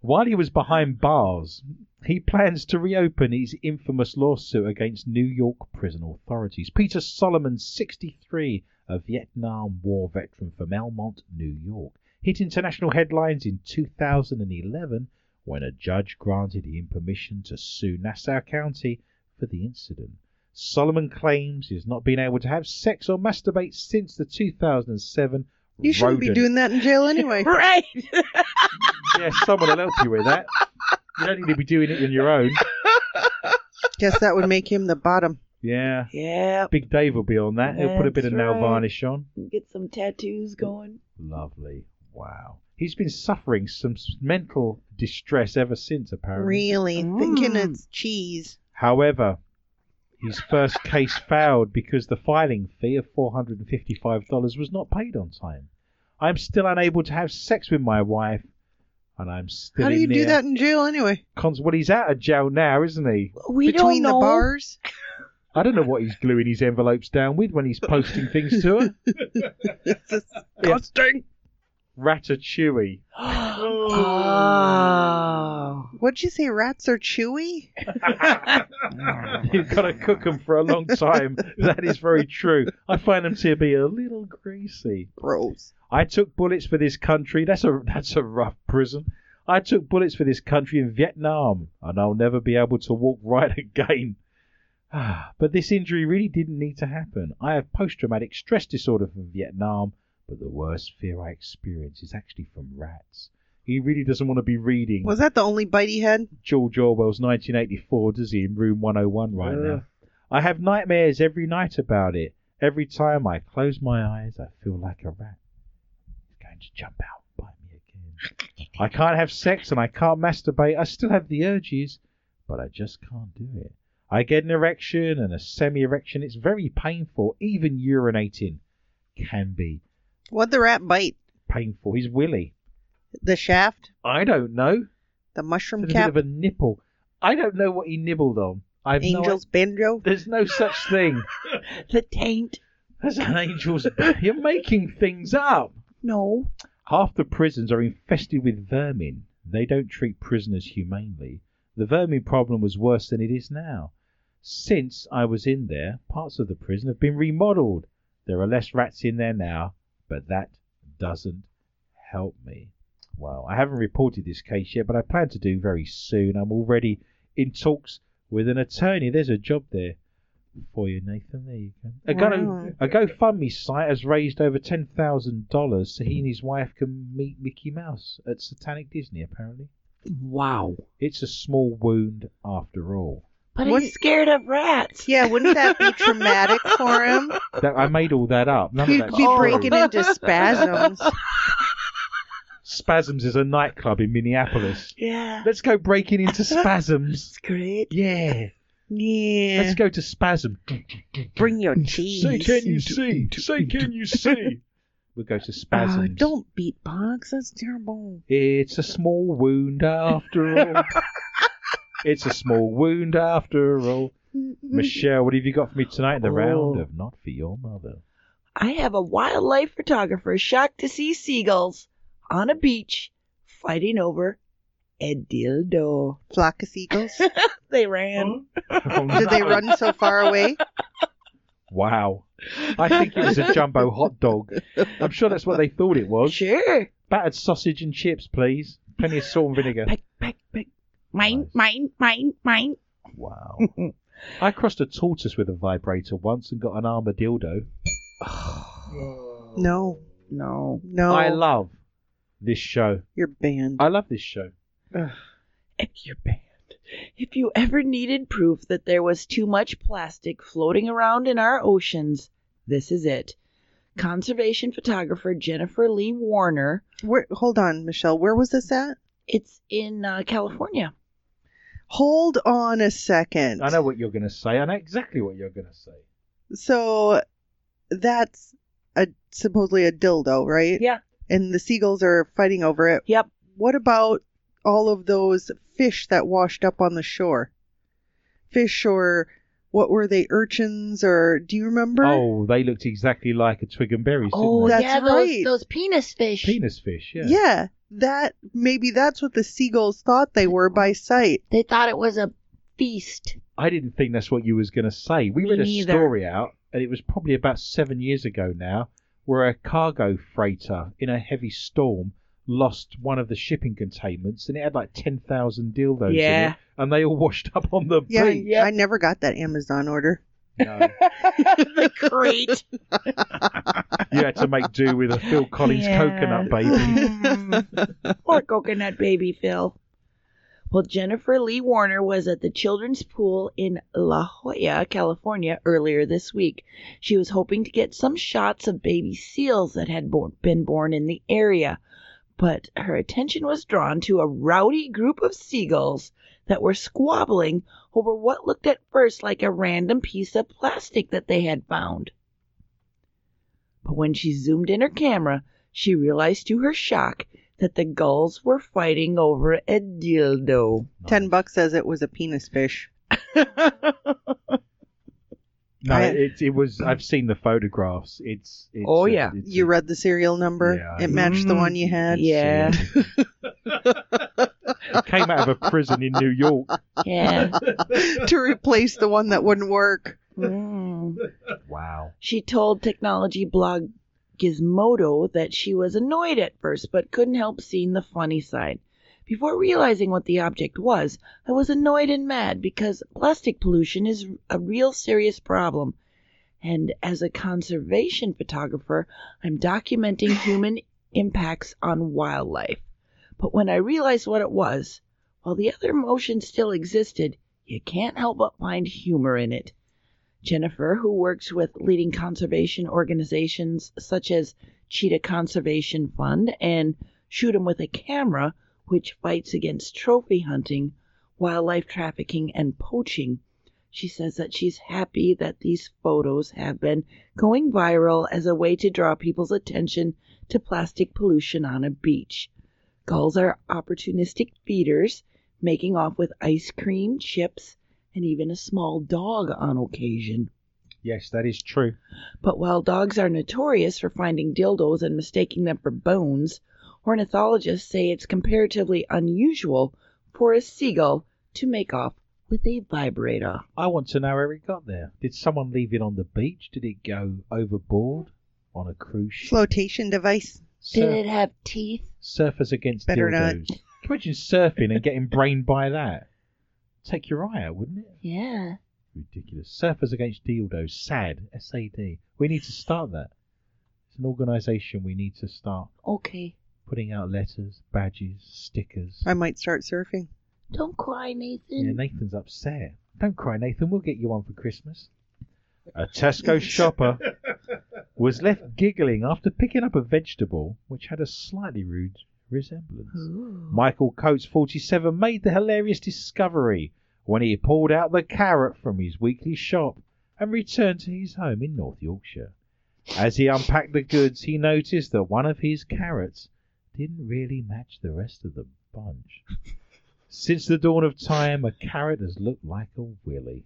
Speaker 2: While he was behind bars, he plans to reopen his infamous lawsuit against New York prison authorities. Peter Solomon, 63, a Vietnam War veteran from Elmont, New York, hit international headlines in 2011 when a judge granted him permission to sue Nassau County for the incident. Solomon claims he has not been able to have sex or masturbate since the 2007
Speaker 3: You shouldn't be
Speaker 2: rodent
Speaker 3: doing that in jail anyway.
Speaker 1: Right.
Speaker 2: yeah, someone will help you with that. You don't need to be doing it on your own.
Speaker 3: Guess that would make him the bottom.
Speaker 2: Yeah.
Speaker 1: Yeah.
Speaker 2: Big Dave will be on that. He'll put a bit of
Speaker 1: That's
Speaker 2: nail
Speaker 1: right.
Speaker 2: varnish on.
Speaker 1: Get some tattoos going.
Speaker 2: Lovely. Wow. He's been suffering some s- mental distress ever since, apparently.
Speaker 3: Really,
Speaker 1: Mm.
Speaker 3: thinking it's cheese.
Speaker 2: However, his first case failed because the filing fee of $455 was not paid on time. I'm still unable to have sex with my wife, and I'm still
Speaker 3: How do
Speaker 2: in
Speaker 3: you do
Speaker 2: near
Speaker 3: that in jail anyway?
Speaker 2: Cons- well, he's out of jail now, isn't he?
Speaker 1: We
Speaker 3: Between
Speaker 1: don't
Speaker 3: the
Speaker 1: know.
Speaker 3: bars,
Speaker 2: I don't know what he's gluing his envelopes down with when he's posting things to her.
Speaker 3: it's just
Speaker 2: Ratatouille.
Speaker 1: oh.
Speaker 3: What'd you say? Rats are chewy?
Speaker 2: You've got to cook them for a long time. That is very true. I find them to be a little greasy.
Speaker 3: Gross.
Speaker 2: I took bullets for this country. That's a that's a rough prison. I took bullets for this country in Vietnam, and I'll never be able to walk right again. Ah, but this injury really didn't need to happen. I have post-traumatic stress disorder from Vietnam, but the worst fear I experience is actually from rats. He really doesn't want to be reading
Speaker 3: Was that the only bite he had?
Speaker 2: George Orwell's 1984, does he, in room 101 right
Speaker 4: Uh.
Speaker 2: now? I have nightmares every night about it. Every time I close my eyes, I feel like a rat. It's going to jump out and bite me again. I can't have sex and I can't masturbate. I still have the urges, but I just can't do it. I get an erection and a semi erection. It's very painful. Even urinating can be
Speaker 3: What'd the rat bite?
Speaker 2: painful. His willy.
Speaker 3: The shaft?
Speaker 2: I don't know.
Speaker 3: The mushroom
Speaker 2: It's a
Speaker 3: cap?
Speaker 2: bit of a nipple. I don't know what he nibbled on. I've no
Speaker 3: Angel's banjo?
Speaker 2: There's no such thing
Speaker 1: The taint.
Speaker 2: as an angel's. You're making things up.
Speaker 1: No.
Speaker 2: Half the prisons are infested with vermin. They don't treat prisoners humanely. The vermin problem was worse than it is now. Since I was in there, parts of the prison have been remodeled. There are less rats in there now, but that doesn't help me. Well, I haven't reported this case yet, but I plan to do very soon. I'm already in talks with an attorney. There's a job there for you, Nathan. There you go. A,
Speaker 3: Wow.
Speaker 2: go, a GoFundMe site has raised over ten thousand dollars so he and his wife can meet Mickey Mouse at Satanic Disney. Apparently,
Speaker 1: Wow.
Speaker 2: it's a small wound after all.
Speaker 1: But
Speaker 3: What-
Speaker 1: he's scared of rats.
Speaker 3: Yeah, wouldn't that be traumatic for him?
Speaker 2: That, I made all that up. None of
Speaker 3: He'd
Speaker 2: that's
Speaker 3: be
Speaker 2: true.
Speaker 3: breaking into spasms.
Speaker 2: Spasms is a nightclub in Minneapolis.
Speaker 1: Yeah.
Speaker 2: Let's go breaking into spasms.
Speaker 1: That's great.
Speaker 2: Yeah.
Speaker 3: Yeah.
Speaker 2: Let's go to spasm.
Speaker 3: Bring your cheese.
Speaker 2: you see? Say can you see? We'll go to
Speaker 1: Uh,
Speaker 3: Oh,
Speaker 2: spasms.
Speaker 3: don't beatbox. That's terrible.
Speaker 2: It's a small wound after all. it's a small wound after all. Michelle, what have you got for me tonight? The round
Speaker 1: Oh.
Speaker 2: of Not For Your Mother.
Speaker 1: I have a wildlife photographer shocked to see seagulls on a beach fighting over a dildo.
Speaker 3: Flock of seagulls.
Speaker 1: They ran.
Speaker 2: Oh,
Speaker 3: Did they
Speaker 2: no.
Speaker 3: run so far away?
Speaker 2: Wow. I think it was a jumbo hot dog. I'm sure that's what they thought it was.
Speaker 1: Sure.
Speaker 2: Battered sausage and chips, please. Plenty of salt and vinegar.
Speaker 1: Peck, peck, peck. Mine, mine, mine, mine.
Speaker 2: Wow. I crossed a tortoise with a vibrator once and got an armadillo.
Speaker 4: Oh.
Speaker 3: No,
Speaker 1: No.
Speaker 3: no.
Speaker 2: I love this show.
Speaker 3: You're banned.
Speaker 2: I love this show.
Speaker 1: If you're banned. If you ever needed proof that there was too much plastic floating around in our oceans, this is it. Conservation photographer Jennifer Lee Warner.
Speaker 3: Where, hold on, Michelle. Where was this at?
Speaker 1: It's in uh, California.
Speaker 3: Hold on a second.
Speaker 2: I know what you're going to say. I know exactly what you're going to say.
Speaker 3: So that's a supposedly a dildo, right?
Speaker 1: Yeah.
Speaker 3: And the seagulls are fighting over it.
Speaker 1: Yep.
Speaker 3: what about all of those fish that washed up on the shore? Fish or what were they, urchins or do you remember?
Speaker 2: Oh, they looked exactly like a twig and berries, didn't
Speaker 1: Oh,
Speaker 2: they?
Speaker 3: that's
Speaker 6: yeah, those,
Speaker 3: right.
Speaker 6: those penis fish.
Speaker 2: Penis fish, yeah.
Speaker 3: yeah. that maybe that's what the seagulls thought they were by sight.
Speaker 6: They thought it was a feast.
Speaker 2: I didn't think that's what you was going to say. We
Speaker 1: Me
Speaker 2: read a
Speaker 1: neither.
Speaker 2: story out, and it was probably about seven years ago now, where a cargo freighter in a heavy storm lost one of the shipping containments, and it had like ten thousand dildos in
Speaker 1: Yeah.
Speaker 2: it, and they all washed up on the
Speaker 3: Yeah,
Speaker 2: beach.
Speaker 3: I never got that Amazon order.
Speaker 2: No.
Speaker 1: the crate.
Speaker 2: you had to make do with a Phil Collins
Speaker 1: Yeah.
Speaker 2: coconut baby.
Speaker 1: Mm. Poor coconut baby Phil. Well, Jennifer Lee Warner was at the children's pool in La Jolla, California earlier this week. She was hoping to get some shots of baby seals that had bo- been born in the area, but her attention was drawn to a rowdy group of seagulls that were squabbling over what looked at first like a random piece of plastic that they had found. But when she zoomed in her camera, she realized to her shock that the gulls were fighting over a dildo.
Speaker 3: Ten bucks says it was a penis fish.
Speaker 2: No,
Speaker 3: I-
Speaker 2: it, it was. I've seen the photographs. It's. it's
Speaker 1: Oh,
Speaker 2: a-
Speaker 1: yeah.
Speaker 2: it's
Speaker 3: You
Speaker 2: a-
Speaker 3: read the serial number.
Speaker 2: Yeah. Mm-hmm.
Speaker 3: it matched the one you had.
Speaker 1: Yeah.
Speaker 2: it came out of a prison in New York.
Speaker 1: Yeah.
Speaker 3: to replace the one that wouldn't work.
Speaker 1: Mm.
Speaker 2: Wow.
Speaker 1: She told technology blog Gizmodo that she was annoyed at first, but couldn't help seeing the funny side. Before realizing what the object was, I was annoyed and mad because plastic pollution is a real serious problem. And as a conservation photographer, I'm documenting human impacts on wildlife. But when I realized what it was, while the other emotion still existed, you can't help but find humor in it. Jennifer, who works with leading conservation organizations such as Cheetah Conservation Fund and Shoot 'em with a Camera, which fights against trophy hunting, wildlife trafficking, and poaching. She says that she's happy that these photos have been going viral as a way to draw people's attention to plastic pollution on a beach. Gulls are opportunistic feeders, making off with ice cream, chips, and even a small dog on occasion.
Speaker 2: Yes, that is true.
Speaker 1: But while dogs are notorious for finding dildos and mistaking them for bones, ornithologists say it's comparatively unusual for a seagull to make off with a vibrator.
Speaker 2: I want to know how it got there. Did someone leave it on the beach? Did it go overboard on a cruise ship?
Speaker 3: Flotation device.
Speaker 6: Did
Speaker 2: Surf-
Speaker 6: it have teeth?
Speaker 2: surfers against
Speaker 3: Better not.
Speaker 2: dildos. Can you imagine surfing and getting brained by that? Take your eye out, wouldn't it?
Speaker 6: Yeah.
Speaker 2: Ridiculous. Surfers against dildos. SAD. S A D. We need to start that. It's an organisation we need to start
Speaker 6: Okay.
Speaker 2: putting out letters, badges, stickers.
Speaker 3: I might start surfing.
Speaker 6: Don't cry, Nathan.
Speaker 2: Yeah, Nathan's upset. Don't cry, Nathan. We'll get you one for Christmas. A Tesco shopper was left giggling after picking up a vegetable which had a slightly rude resemblance. Michael Coates, 47, made the hilarious discovery when he pulled out the carrot from his weekly shop and returned to his home in North Yorkshire. As he unpacked the goods, he noticed that one of his carrots didn't really match the rest of the bunch. Since the dawn of time, a carrot has looked like a willy.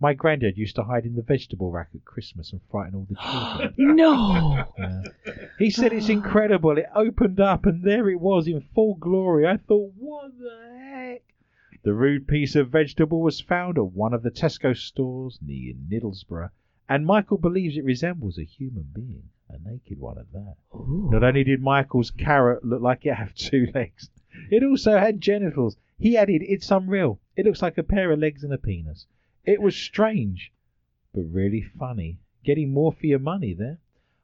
Speaker 2: My granddad used to hide in the vegetable rack at Christmas and frighten all the children.
Speaker 1: No!
Speaker 2: Yeah. He said it's incredible. It opened up and there it was in full glory. I thought, what the heck? The rude piece of vegetable was found at one of the Tesco stores near Middlesbrough, and Michael believes it resembles a human being, a naked one at that. Not only did Michael's carrot look like it had two legs, it also had genitals. He added, It's unreal. It looks like a pair of legs and a penis. It was strange, but really funny. Getting more for your money there.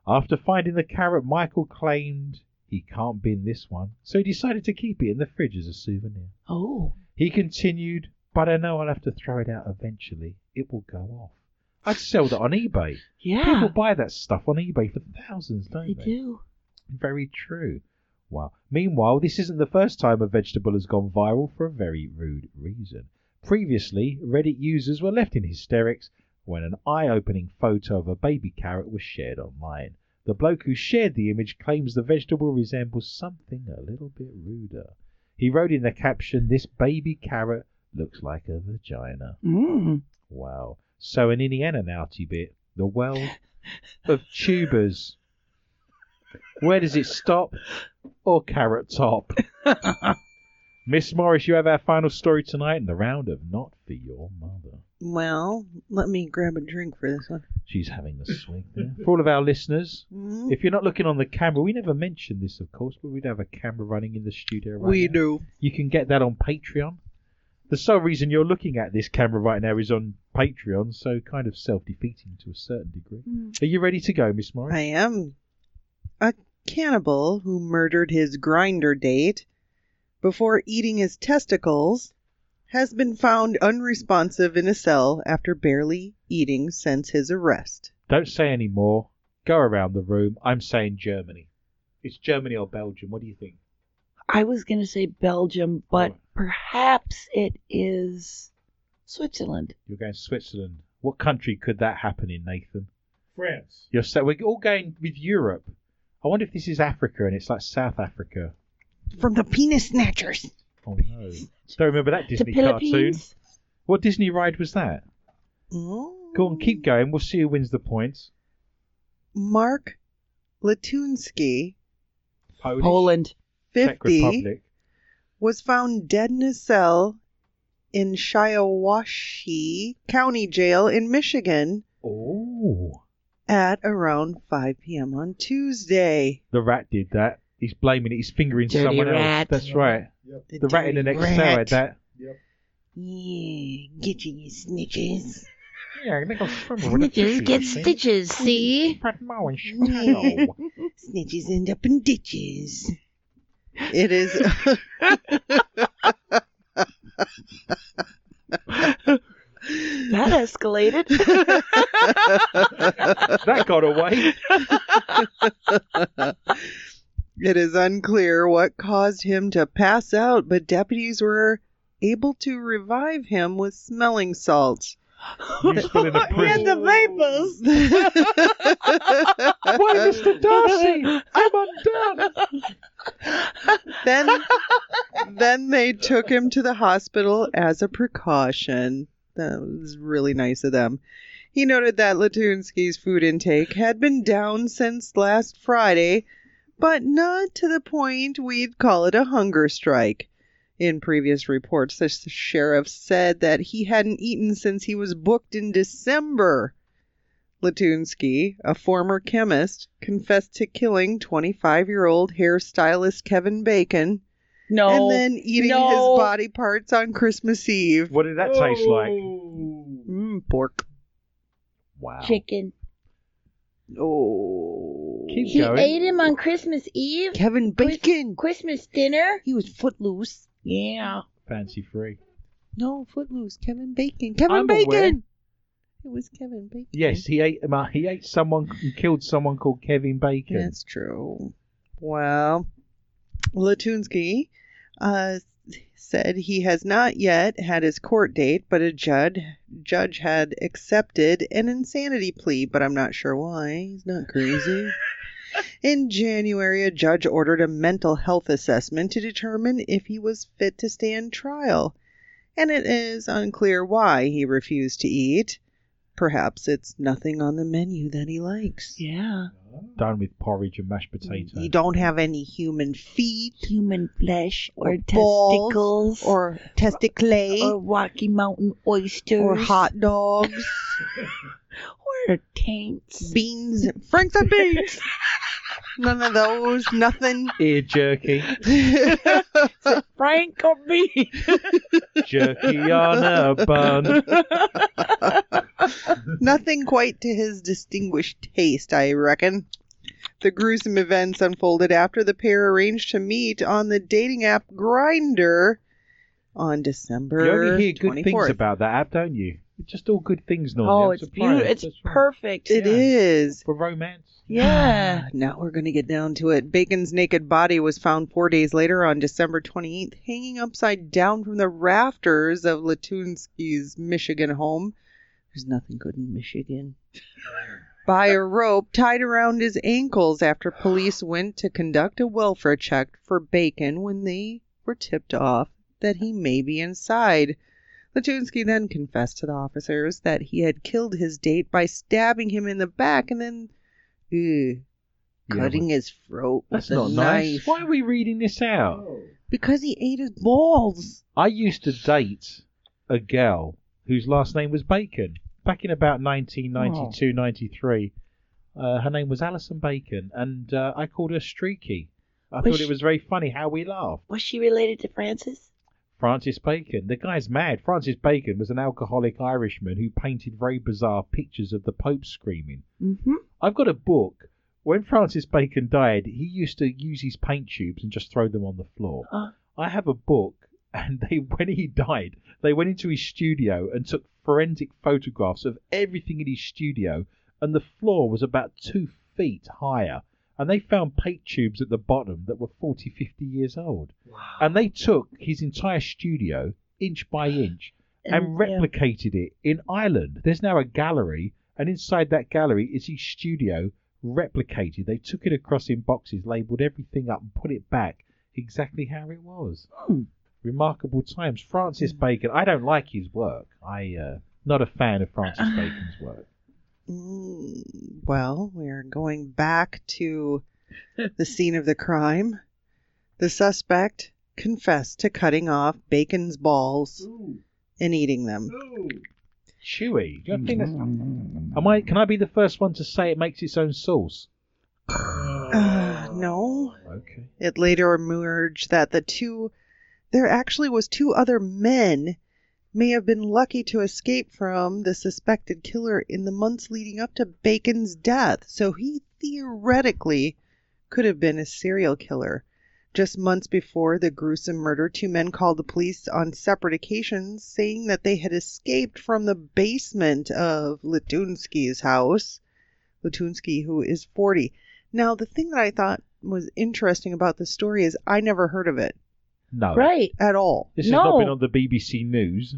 Speaker 2: After finding the carrot, Michael claimed he can't bin this one, so he decided to keep it in the fridge as a souvenir.
Speaker 1: Oh.
Speaker 2: He continued, But I know I'll have to throw it out eventually. It will go off. I'd sell that on eBay. People
Speaker 1: Yeah.
Speaker 2: buy that stuff on eBay for thousands, don't
Speaker 1: They do.
Speaker 2: very true. Wow. Meanwhile, this isn't the first time a vegetable has gone viral for a very rude reason. Previously, Reddit users were left in hysterics when an eye opening photo of a baby carrot was shared online. The bloke who shared the image claims the vegetable resembles something a little bit ruder. He wrote in the caption, This baby carrot looks like a vagina.
Speaker 1: Mm.
Speaker 2: Wow. So, an innie and an outie bit. The well of tubers. Where does it stop? Or carrot top? Miss Morris, you have our final story tonight in the round of Not for Your Mother.
Speaker 3: Well, let me grab a drink for this one.
Speaker 2: She's having the swing there. For all of our listeners,
Speaker 3: Mm,
Speaker 2: if you're not looking on the camera, we never mentioned this, of course, but we'd have a camera running in the studio right
Speaker 3: we
Speaker 2: now.
Speaker 3: do.
Speaker 2: You can get that on Patreon. The sole reason you're looking at this camera right now is on Patreon, so kind of self defeating to a certain degree.
Speaker 1: Mm.
Speaker 2: Are you ready to go, Miss Morris?
Speaker 3: I am a cannibal who murdered his grinder date before eating his testicles has been found unresponsive in a cell after barely eating since his arrest.
Speaker 2: Don't say any more. Go around the room. I'm saying Germany. It's Germany or Belgium. What do you think?
Speaker 1: I was going to say Belgium, but
Speaker 2: Oh.
Speaker 1: perhaps it is Switzerland.
Speaker 2: You're going Switzerland. What country could that happen in, Nathan?
Speaker 4: France.
Speaker 2: You're so we're all going with Europe. I wonder if this is Africa and it's like South Africa.
Speaker 3: From the penis snatchers.
Speaker 2: Oh no! Don't remember that Disney
Speaker 1: the
Speaker 2: cartoon.
Speaker 1: Philippines.
Speaker 2: What Disney ride was that?
Speaker 3: Mm.
Speaker 2: Go on, keep going. We'll see who wins the points.
Speaker 3: Mark Latunsky,
Speaker 2: Polish,
Speaker 1: Poland.
Speaker 2: Czech
Speaker 3: 50,
Speaker 2: Republic.
Speaker 3: was found dead in a cell in Shiawassee County Jail in Michigan
Speaker 2: Oh,
Speaker 3: at around 5 p.m. on Tuesday.
Speaker 2: the rat did that. He's blaming it. He's fingering
Speaker 1: Dirty
Speaker 2: someone else.
Speaker 1: rat.
Speaker 2: That's right.
Speaker 4: Yep.
Speaker 2: The rat in the next cell had that.
Speaker 4: Yep.
Speaker 6: Yeah, get you, you snitches.
Speaker 2: Yeah, I think I'm
Speaker 6: Snitches get stitches, see? Snitches end up in ditches.
Speaker 3: It is.
Speaker 1: That escalated.
Speaker 2: that got away.
Speaker 3: It is unclear what caused him to pass out, but deputies were able to revive him with smelling salts.
Speaker 2: Useful in a prison.
Speaker 4: the
Speaker 3: vapors.
Speaker 2: Why, Mr. Darcy? I'm undone.
Speaker 3: then, then they took him to the hospital as a precaution. That was really nice of them. He noted that Latunsky's food intake had been down since last Friday, but not to the point we'd call it a hunger strike. In previous reports, the sheriff said that he hadn't eaten since he was booked in December. Latunsky, a former chemist, confessed to killing 25 year old hairstylist Kevin Bacon
Speaker 1: no.
Speaker 3: and then eating
Speaker 1: No.
Speaker 3: his body parts on Christmas Eve.
Speaker 2: What did that taste like?
Speaker 3: Mm, pork.
Speaker 2: Wow.
Speaker 6: Chicken.
Speaker 3: Oh.
Speaker 2: Keep
Speaker 6: He
Speaker 2: going.
Speaker 6: ate him on Christmas Eve?
Speaker 3: Kevin
Speaker 6: Chris-
Speaker 3: Bacon.
Speaker 6: Christmas dinner?
Speaker 3: He was footloose.
Speaker 1: yeah.
Speaker 2: Fancy free.
Speaker 3: No, footloose. Kevin Bacon. Kevin
Speaker 2: I'm
Speaker 3: Bacon.
Speaker 2: aware.
Speaker 3: It was Kevin Bacon.
Speaker 2: Yes, he ate. um, uh, He ate someone. He killed someone called Kevin Bacon.
Speaker 3: That's true. Well, Latunsky uh, said he has not yet had his court date, but a judge judge had accepted an insanity plea, but I'm not sure why. He's not crazy. In January, a judge ordered a mental health assessment to determine if he was fit to stand trial, and it is unclear why he refused to eat. Perhaps it's nothing on the menu that he likes.
Speaker 1: Yeah.
Speaker 2: Done with porridge and mashed potatoes.
Speaker 3: You don't have any human feet
Speaker 1: Human flesh or,
Speaker 3: Or balls
Speaker 1: testicles
Speaker 3: or testiculae
Speaker 1: or
Speaker 3: or,
Speaker 1: Rocky Mountain oysters
Speaker 3: hot dogs,
Speaker 1: or taints.
Speaker 3: beans, Frank's and beans. None of those, nothing.
Speaker 2: Ear jerky,
Speaker 1: Frank or me.
Speaker 2: jerky on a bun.
Speaker 3: nothing quite to his distinguished taste, I reckon. The gruesome events unfolded after the pair arranged to meet on the dating app Grinder on December
Speaker 2: You only hear good
Speaker 3: 24th.
Speaker 2: things about that app, don't you? It's just all good things normally.
Speaker 1: Oh,
Speaker 2: I'm
Speaker 1: it's
Speaker 2: surprised.
Speaker 1: beautiful. It's
Speaker 2: That's right.
Speaker 1: perfect.
Speaker 3: It
Speaker 2: Yeah.
Speaker 3: is.
Speaker 2: for romance.
Speaker 1: Yeah.
Speaker 3: Now we're going to get down to it. Bacon's naked body was found four days later on December 28th, hanging upside down from the rafters of Latunsky's Michigan home. There's nothing good in Michigan. by a rope tied around his ankles after police went to conduct a welfare check for Bacon when they were tipped off that he may be inside. Latunsky then confessed to the officers that he had killed his date by stabbing him in the back and then ugh,
Speaker 2: Yeah,
Speaker 6: Cutting his throat with
Speaker 2: That's
Speaker 6: a
Speaker 2: not nice.
Speaker 6: knife.
Speaker 2: Why are we reading this out?
Speaker 3: because he ate his balls.
Speaker 2: I used to date a girl whose last name was Bacon back in about
Speaker 1: Oh.
Speaker 2: 1992, 93. Uh, her name was Alison Bacon, and uh, I called her Streaky. I
Speaker 1: Was
Speaker 2: thought
Speaker 1: she-
Speaker 2: it was very funny how we laughed.
Speaker 1: Was she related to Francis?
Speaker 2: Francis Bacon. The guy's mad. Francis Bacon was an alcoholic Irishman who painted very bizarre pictures of the Pope screaming.
Speaker 1: Mm-hmm.
Speaker 2: I've got a book. When Francis Bacon died, he used to use his paint tubes and just throw them on the floor.
Speaker 1: Uh.
Speaker 2: I have a book, and they when he died, they went into his studio and took forensic photographs of everything in his studio, and the floor was about two feet higher. And they found paint tubes at the bottom that were 40, 50 years old. And they took his entire studio, inch by inch, and replicated it in Ireland. There's now a gallery, and inside that gallery is his studio replicated. They took it across in boxes, labelled everything up, and put it back exactly how it was.
Speaker 1: Hmm.
Speaker 2: Remarkable times. Francis Bacon. I don't like his work. I uh, not a fan of Francis Bacon's work.
Speaker 3: Mm, Well, we're going back to the scene of the crime. The suspect confessed to cutting off Bacon's balls and eating them.
Speaker 2: Chewy. Do you think that's- Am I? Can I be the first one to say it makes its own sauce?
Speaker 3: Uh, no.
Speaker 2: Okay.
Speaker 3: It later emerged that the two there actually was two other men may have been lucky to escape from the suspected killer in the months leading up to Bacon's death. So he theoretically could have been a serial killer. Just months before the gruesome murder, two men called the police on separate occasions saying that they had escaped from the basement of Latunsky's house. Latunsky, who is 40. Now, the thing that I thought was interesting about this story is I never heard of it
Speaker 2: No.
Speaker 1: Right.
Speaker 3: at all.
Speaker 2: This has not
Speaker 1: No.
Speaker 2: been on the BBC News.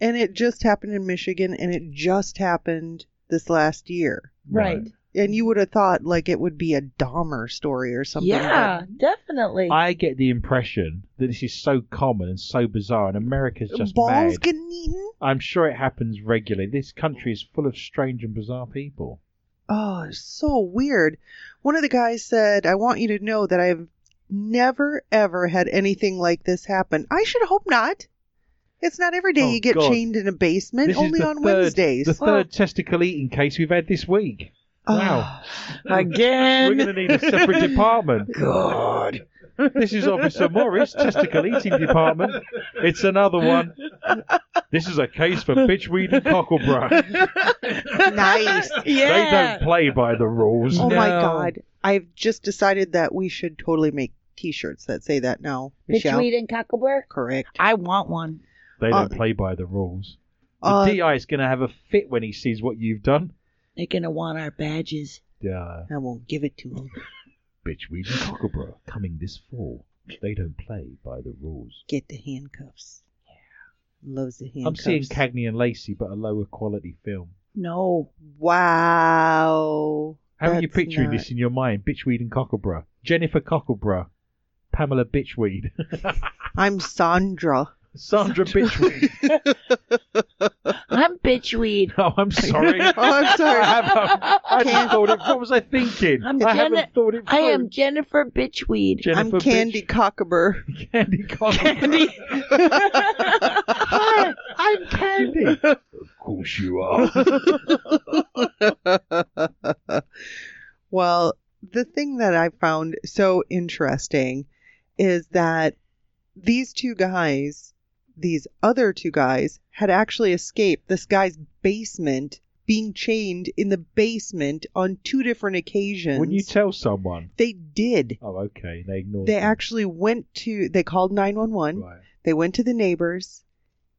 Speaker 3: And it just happened in Michigan and it just happened this last year.
Speaker 1: Right.
Speaker 3: And you would have thought like it would be a Dahmer story or something.
Speaker 1: Yeah, definitely.
Speaker 2: I get the impression that this is so common and so bizarre, and America's
Speaker 3: but
Speaker 2: just
Speaker 3: balls
Speaker 2: mad.
Speaker 3: getting eaten?
Speaker 2: I'm sure it happens regularly. This country is full of strange and bizarre people.
Speaker 3: Oh, it's so weird. One of the guys said, I want you to know that I've never, ever had anything like this happen. I should hope not. It's not every day
Speaker 2: Oh,
Speaker 3: you get
Speaker 2: God.
Speaker 3: chained in a basement,
Speaker 2: This is
Speaker 3: only
Speaker 2: the
Speaker 3: on
Speaker 2: third-
Speaker 3: Wednesdays. Oh.
Speaker 2: The third testicle eating case we've had this week.
Speaker 3: Ah.
Speaker 2: Wow. We're
Speaker 1: Again.
Speaker 2: going to need a separate department.
Speaker 1: God.
Speaker 2: This is Officer Morris, testicle eating department. It's another one. This is a case for bitchweed and cocklebra.
Speaker 3: nice.
Speaker 2: They
Speaker 1: Yeah.
Speaker 2: don't play by the rules.
Speaker 3: Oh my
Speaker 1: No.
Speaker 3: god. I've just decided that we should totally make t shirts that say that now. Michelle.
Speaker 1: Bitchweed and cocklebur.
Speaker 3: Correct.
Speaker 1: I want one.
Speaker 2: They
Speaker 3: Uh,
Speaker 2: don't play by the rules. The
Speaker 3: Uh,
Speaker 2: DI is going to have a fit when he sees what you've done.
Speaker 1: They're gonna want our badges.
Speaker 2: Yeah.
Speaker 3: I won't give it to him.
Speaker 2: Bitchweed and Cocklebro coming this fall. They don't play by the rules.
Speaker 3: Get the handcuffs. Yeah. Loves the handcuffs.
Speaker 2: I'm seeing Cagney and Lacey, but a lower quality film.
Speaker 1: No.
Speaker 3: Wow.
Speaker 2: How are you
Speaker 3: That's
Speaker 2: picturing
Speaker 3: not-
Speaker 2: this in your mind? Bitchweed and Cocklebro. Jennifer Cocklebro. Pamela Bitchweed.
Speaker 3: I'm Sandra.
Speaker 2: Sandra Bitchweed.
Speaker 1: I'm bitchweed.
Speaker 2: oh, I'm sorry.
Speaker 3: Oh, I'm
Speaker 2: I
Speaker 3: sorry.
Speaker 2: haven't, I haven't thought it. What was I thinking?
Speaker 1: I'm
Speaker 2: I haven't
Speaker 1: Janet-
Speaker 2: thought it.
Speaker 1: I am
Speaker 2: through.
Speaker 1: Jennifer Bitchweed.
Speaker 2: Jennifer
Speaker 3: I'm Candy
Speaker 2: Bitch-
Speaker 3: Cockabur.
Speaker 2: Candy Cocklebro.
Speaker 1: Candy.
Speaker 2: Hi, I'm Candy. Of course you are.
Speaker 3: well, the thing that I found so interesting is that these two guys, these other two guys, had actually escaped this guy's basement, being chained in the basement on two different occasions.
Speaker 2: When you tell someone.
Speaker 3: they did.
Speaker 2: Oh, okay. They ignore.
Speaker 3: They actually went to, they called 911,
Speaker 2: Right.
Speaker 3: they went to the neighbors,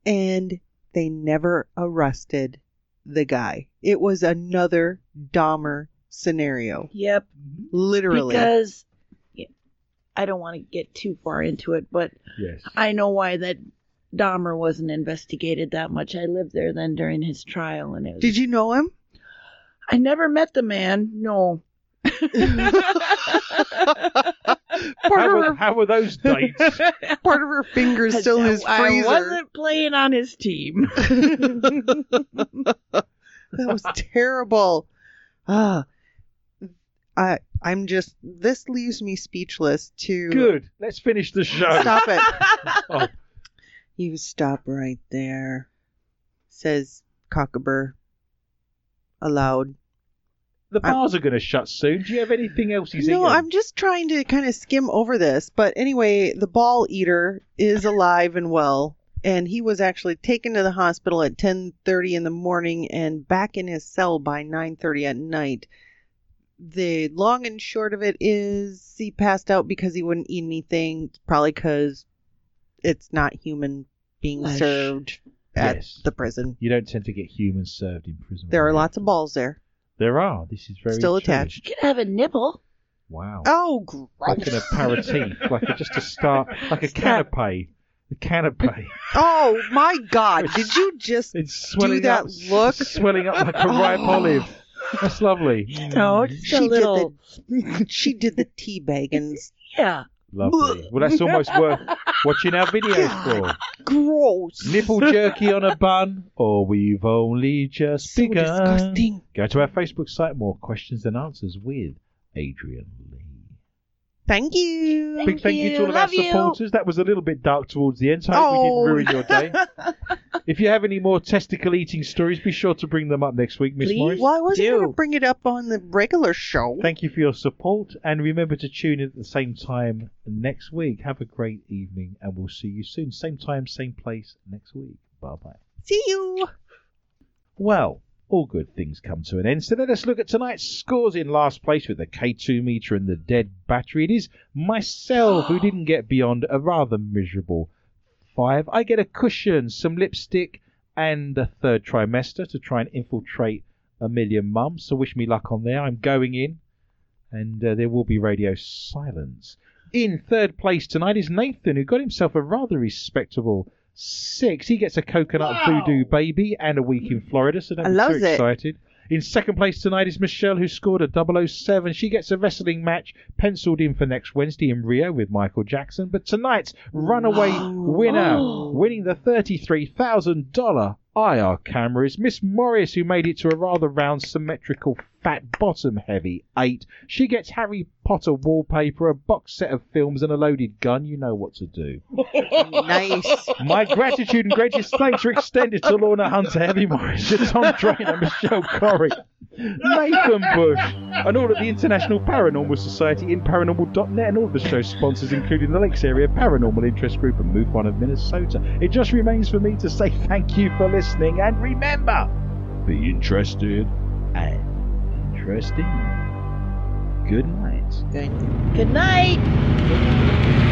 Speaker 3: and they never arrested the guy. It was another Dahmer scenario.
Speaker 1: Yep.
Speaker 3: Literally.
Speaker 1: Because Yeah. I don't want to get too far into it, but
Speaker 2: Yes.
Speaker 1: I know why that Dahmer wasn't investigated that much. I lived there then during his trial, and it was.
Speaker 3: Did you know him?
Speaker 1: I never met the man. No.
Speaker 2: How
Speaker 3: part,
Speaker 2: were,
Speaker 3: of her,
Speaker 2: how were those dates?
Speaker 3: part of her finger's still in his
Speaker 1: I
Speaker 3: freezer.
Speaker 1: wasn't playing on his team.
Speaker 3: That was terrible. Ah, I I'm just this leaves me speechless. To
Speaker 2: Good. Let's finish the show.
Speaker 3: stop it.
Speaker 2: Oh.
Speaker 3: You stop right there, says Cockabur aloud.
Speaker 2: The bars are going to shut soon. Do you have anything else he's
Speaker 3: no,
Speaker 2: eaten?
Speaker 3: I'm just trying to kind of skim over this. But anyway, the ball eater is alive and well, and he was actually taken to the hospital at 10:30 in the morning and back in his cell by 9:30 at night. The long and short of it is he passed out because he wouldn't eat anything, probably because it's not human being
Speaker 1: Flesh.
Speaker 3: served at
Speaker 2: Yes.
Speaker 3: the prison.
Speaker 2: You don't tend to get humans served in prison.
Speaker 3: There are lots of balls there.
Speaker 2: There are. This is very
Speaker 3: Still
Speaker 2: true.
Speaker 3: attached.
Speaker 1: you could have a nibble.
Speaker 2: Wow.
Speaker 3: Oh, gross.
Speaker 2: Like an aperitif, like a, just a start, like a canapé. A canapé.
Speaker 3: Oh my God! Did you just
Speaker 2: It's swelling
Speaker 3: that
Speaker 2: up, s-
Speaker 3: look.
Speaker 2: swelling up like a ripe olive. That's lovely.
Speaker 1: No, just
Speaker 3: She
Speaker 1: a
Speaker 3: did
Speaker 1: little.
Speaker 3: she did the tea baggins.
Speaker 1: Yeah.
Speaker 2: Lovely. Well, that's almost worth watching our videos for.
Speaker 3: Gross.
Speaker 2: Nipple jerky on a bun, or we've only just
Speaker 6: So
Speaker 2: begun.
Speaker 6: disgusting.
Speaker 2: Go to our Facebook site, more questions and answers with Adrian Lee.
Speaker 3: Thank you.
Speaker 2: Big thank you, to all of our
Speaker 1: Love you.
Speaker 2: supporters. That was a little bit dark towards the end, so I hope
Speaker 3: Oh.
Speaker 2: we didn't ruin your day. if you have any more testicle eating stories, be sure to bring them up next week, Miss
Speaker 1: Please.
Speaker 2: Morris.
Speaker 3: Well, I wasn't
Speaker 1: Do.
Speaker 3: going to bring it up on the regular show.
Speaker 2: Thank you for your support, and remember to tune in at the same time next week. Have a great evening, and we'll see you soon. Same time, same place next week. Bye bye.
Speaker 3: See you.
Speaker 2: Well, all good things come to an end, so let us look at tonight's scores in last place with the K2 meter and the dead battery. It is myself who didn't get beyond a rather miserable five. I get a cushion, some lipstick, and a third trimester to try and infiltrate a million mums. So wish me luck on there. I'm going in, and uh, there will be radio silence. In third place tonight is Nathan, who got himself a rather respectable six. He gets a coconut voodoo baby and a week in Florida, so don't
Speaker 3: I
Speaker 2: be
Speaker 3: loves
Speaker 2: too
Speaker 3: it.
Speaker 2: excited. In second place tonight is Michelle, who scored a 007. She gets a wrestling match penciled in for next Wednesday in Rio with Michael Jackson. But tonight's runaway winner, winning the $33,000 IR camera, is Miss Morris, who made it to a rather round, symmetrical, fat bottom heavy eight. She gets Harry Potter wallpaper, a box set of films, and a loaded gun. You know what to do.
Speaker 3: nice.
Speaker 2: My gratitude and greatest thanks are extended to Lorna Hunter, Heavy Morris, to Tom Drainer, Michelle Corrie, Nathan Bush, and all of the International Paranormal Society in paranormal.net, and all of the show's sponsors, including the Lakes Area Paranormal Interest Group and Move One of Minnesota. It just remains for me to say thank you for listening, and remember, be interested and interesting. Good night.
Speaker 1: Good night.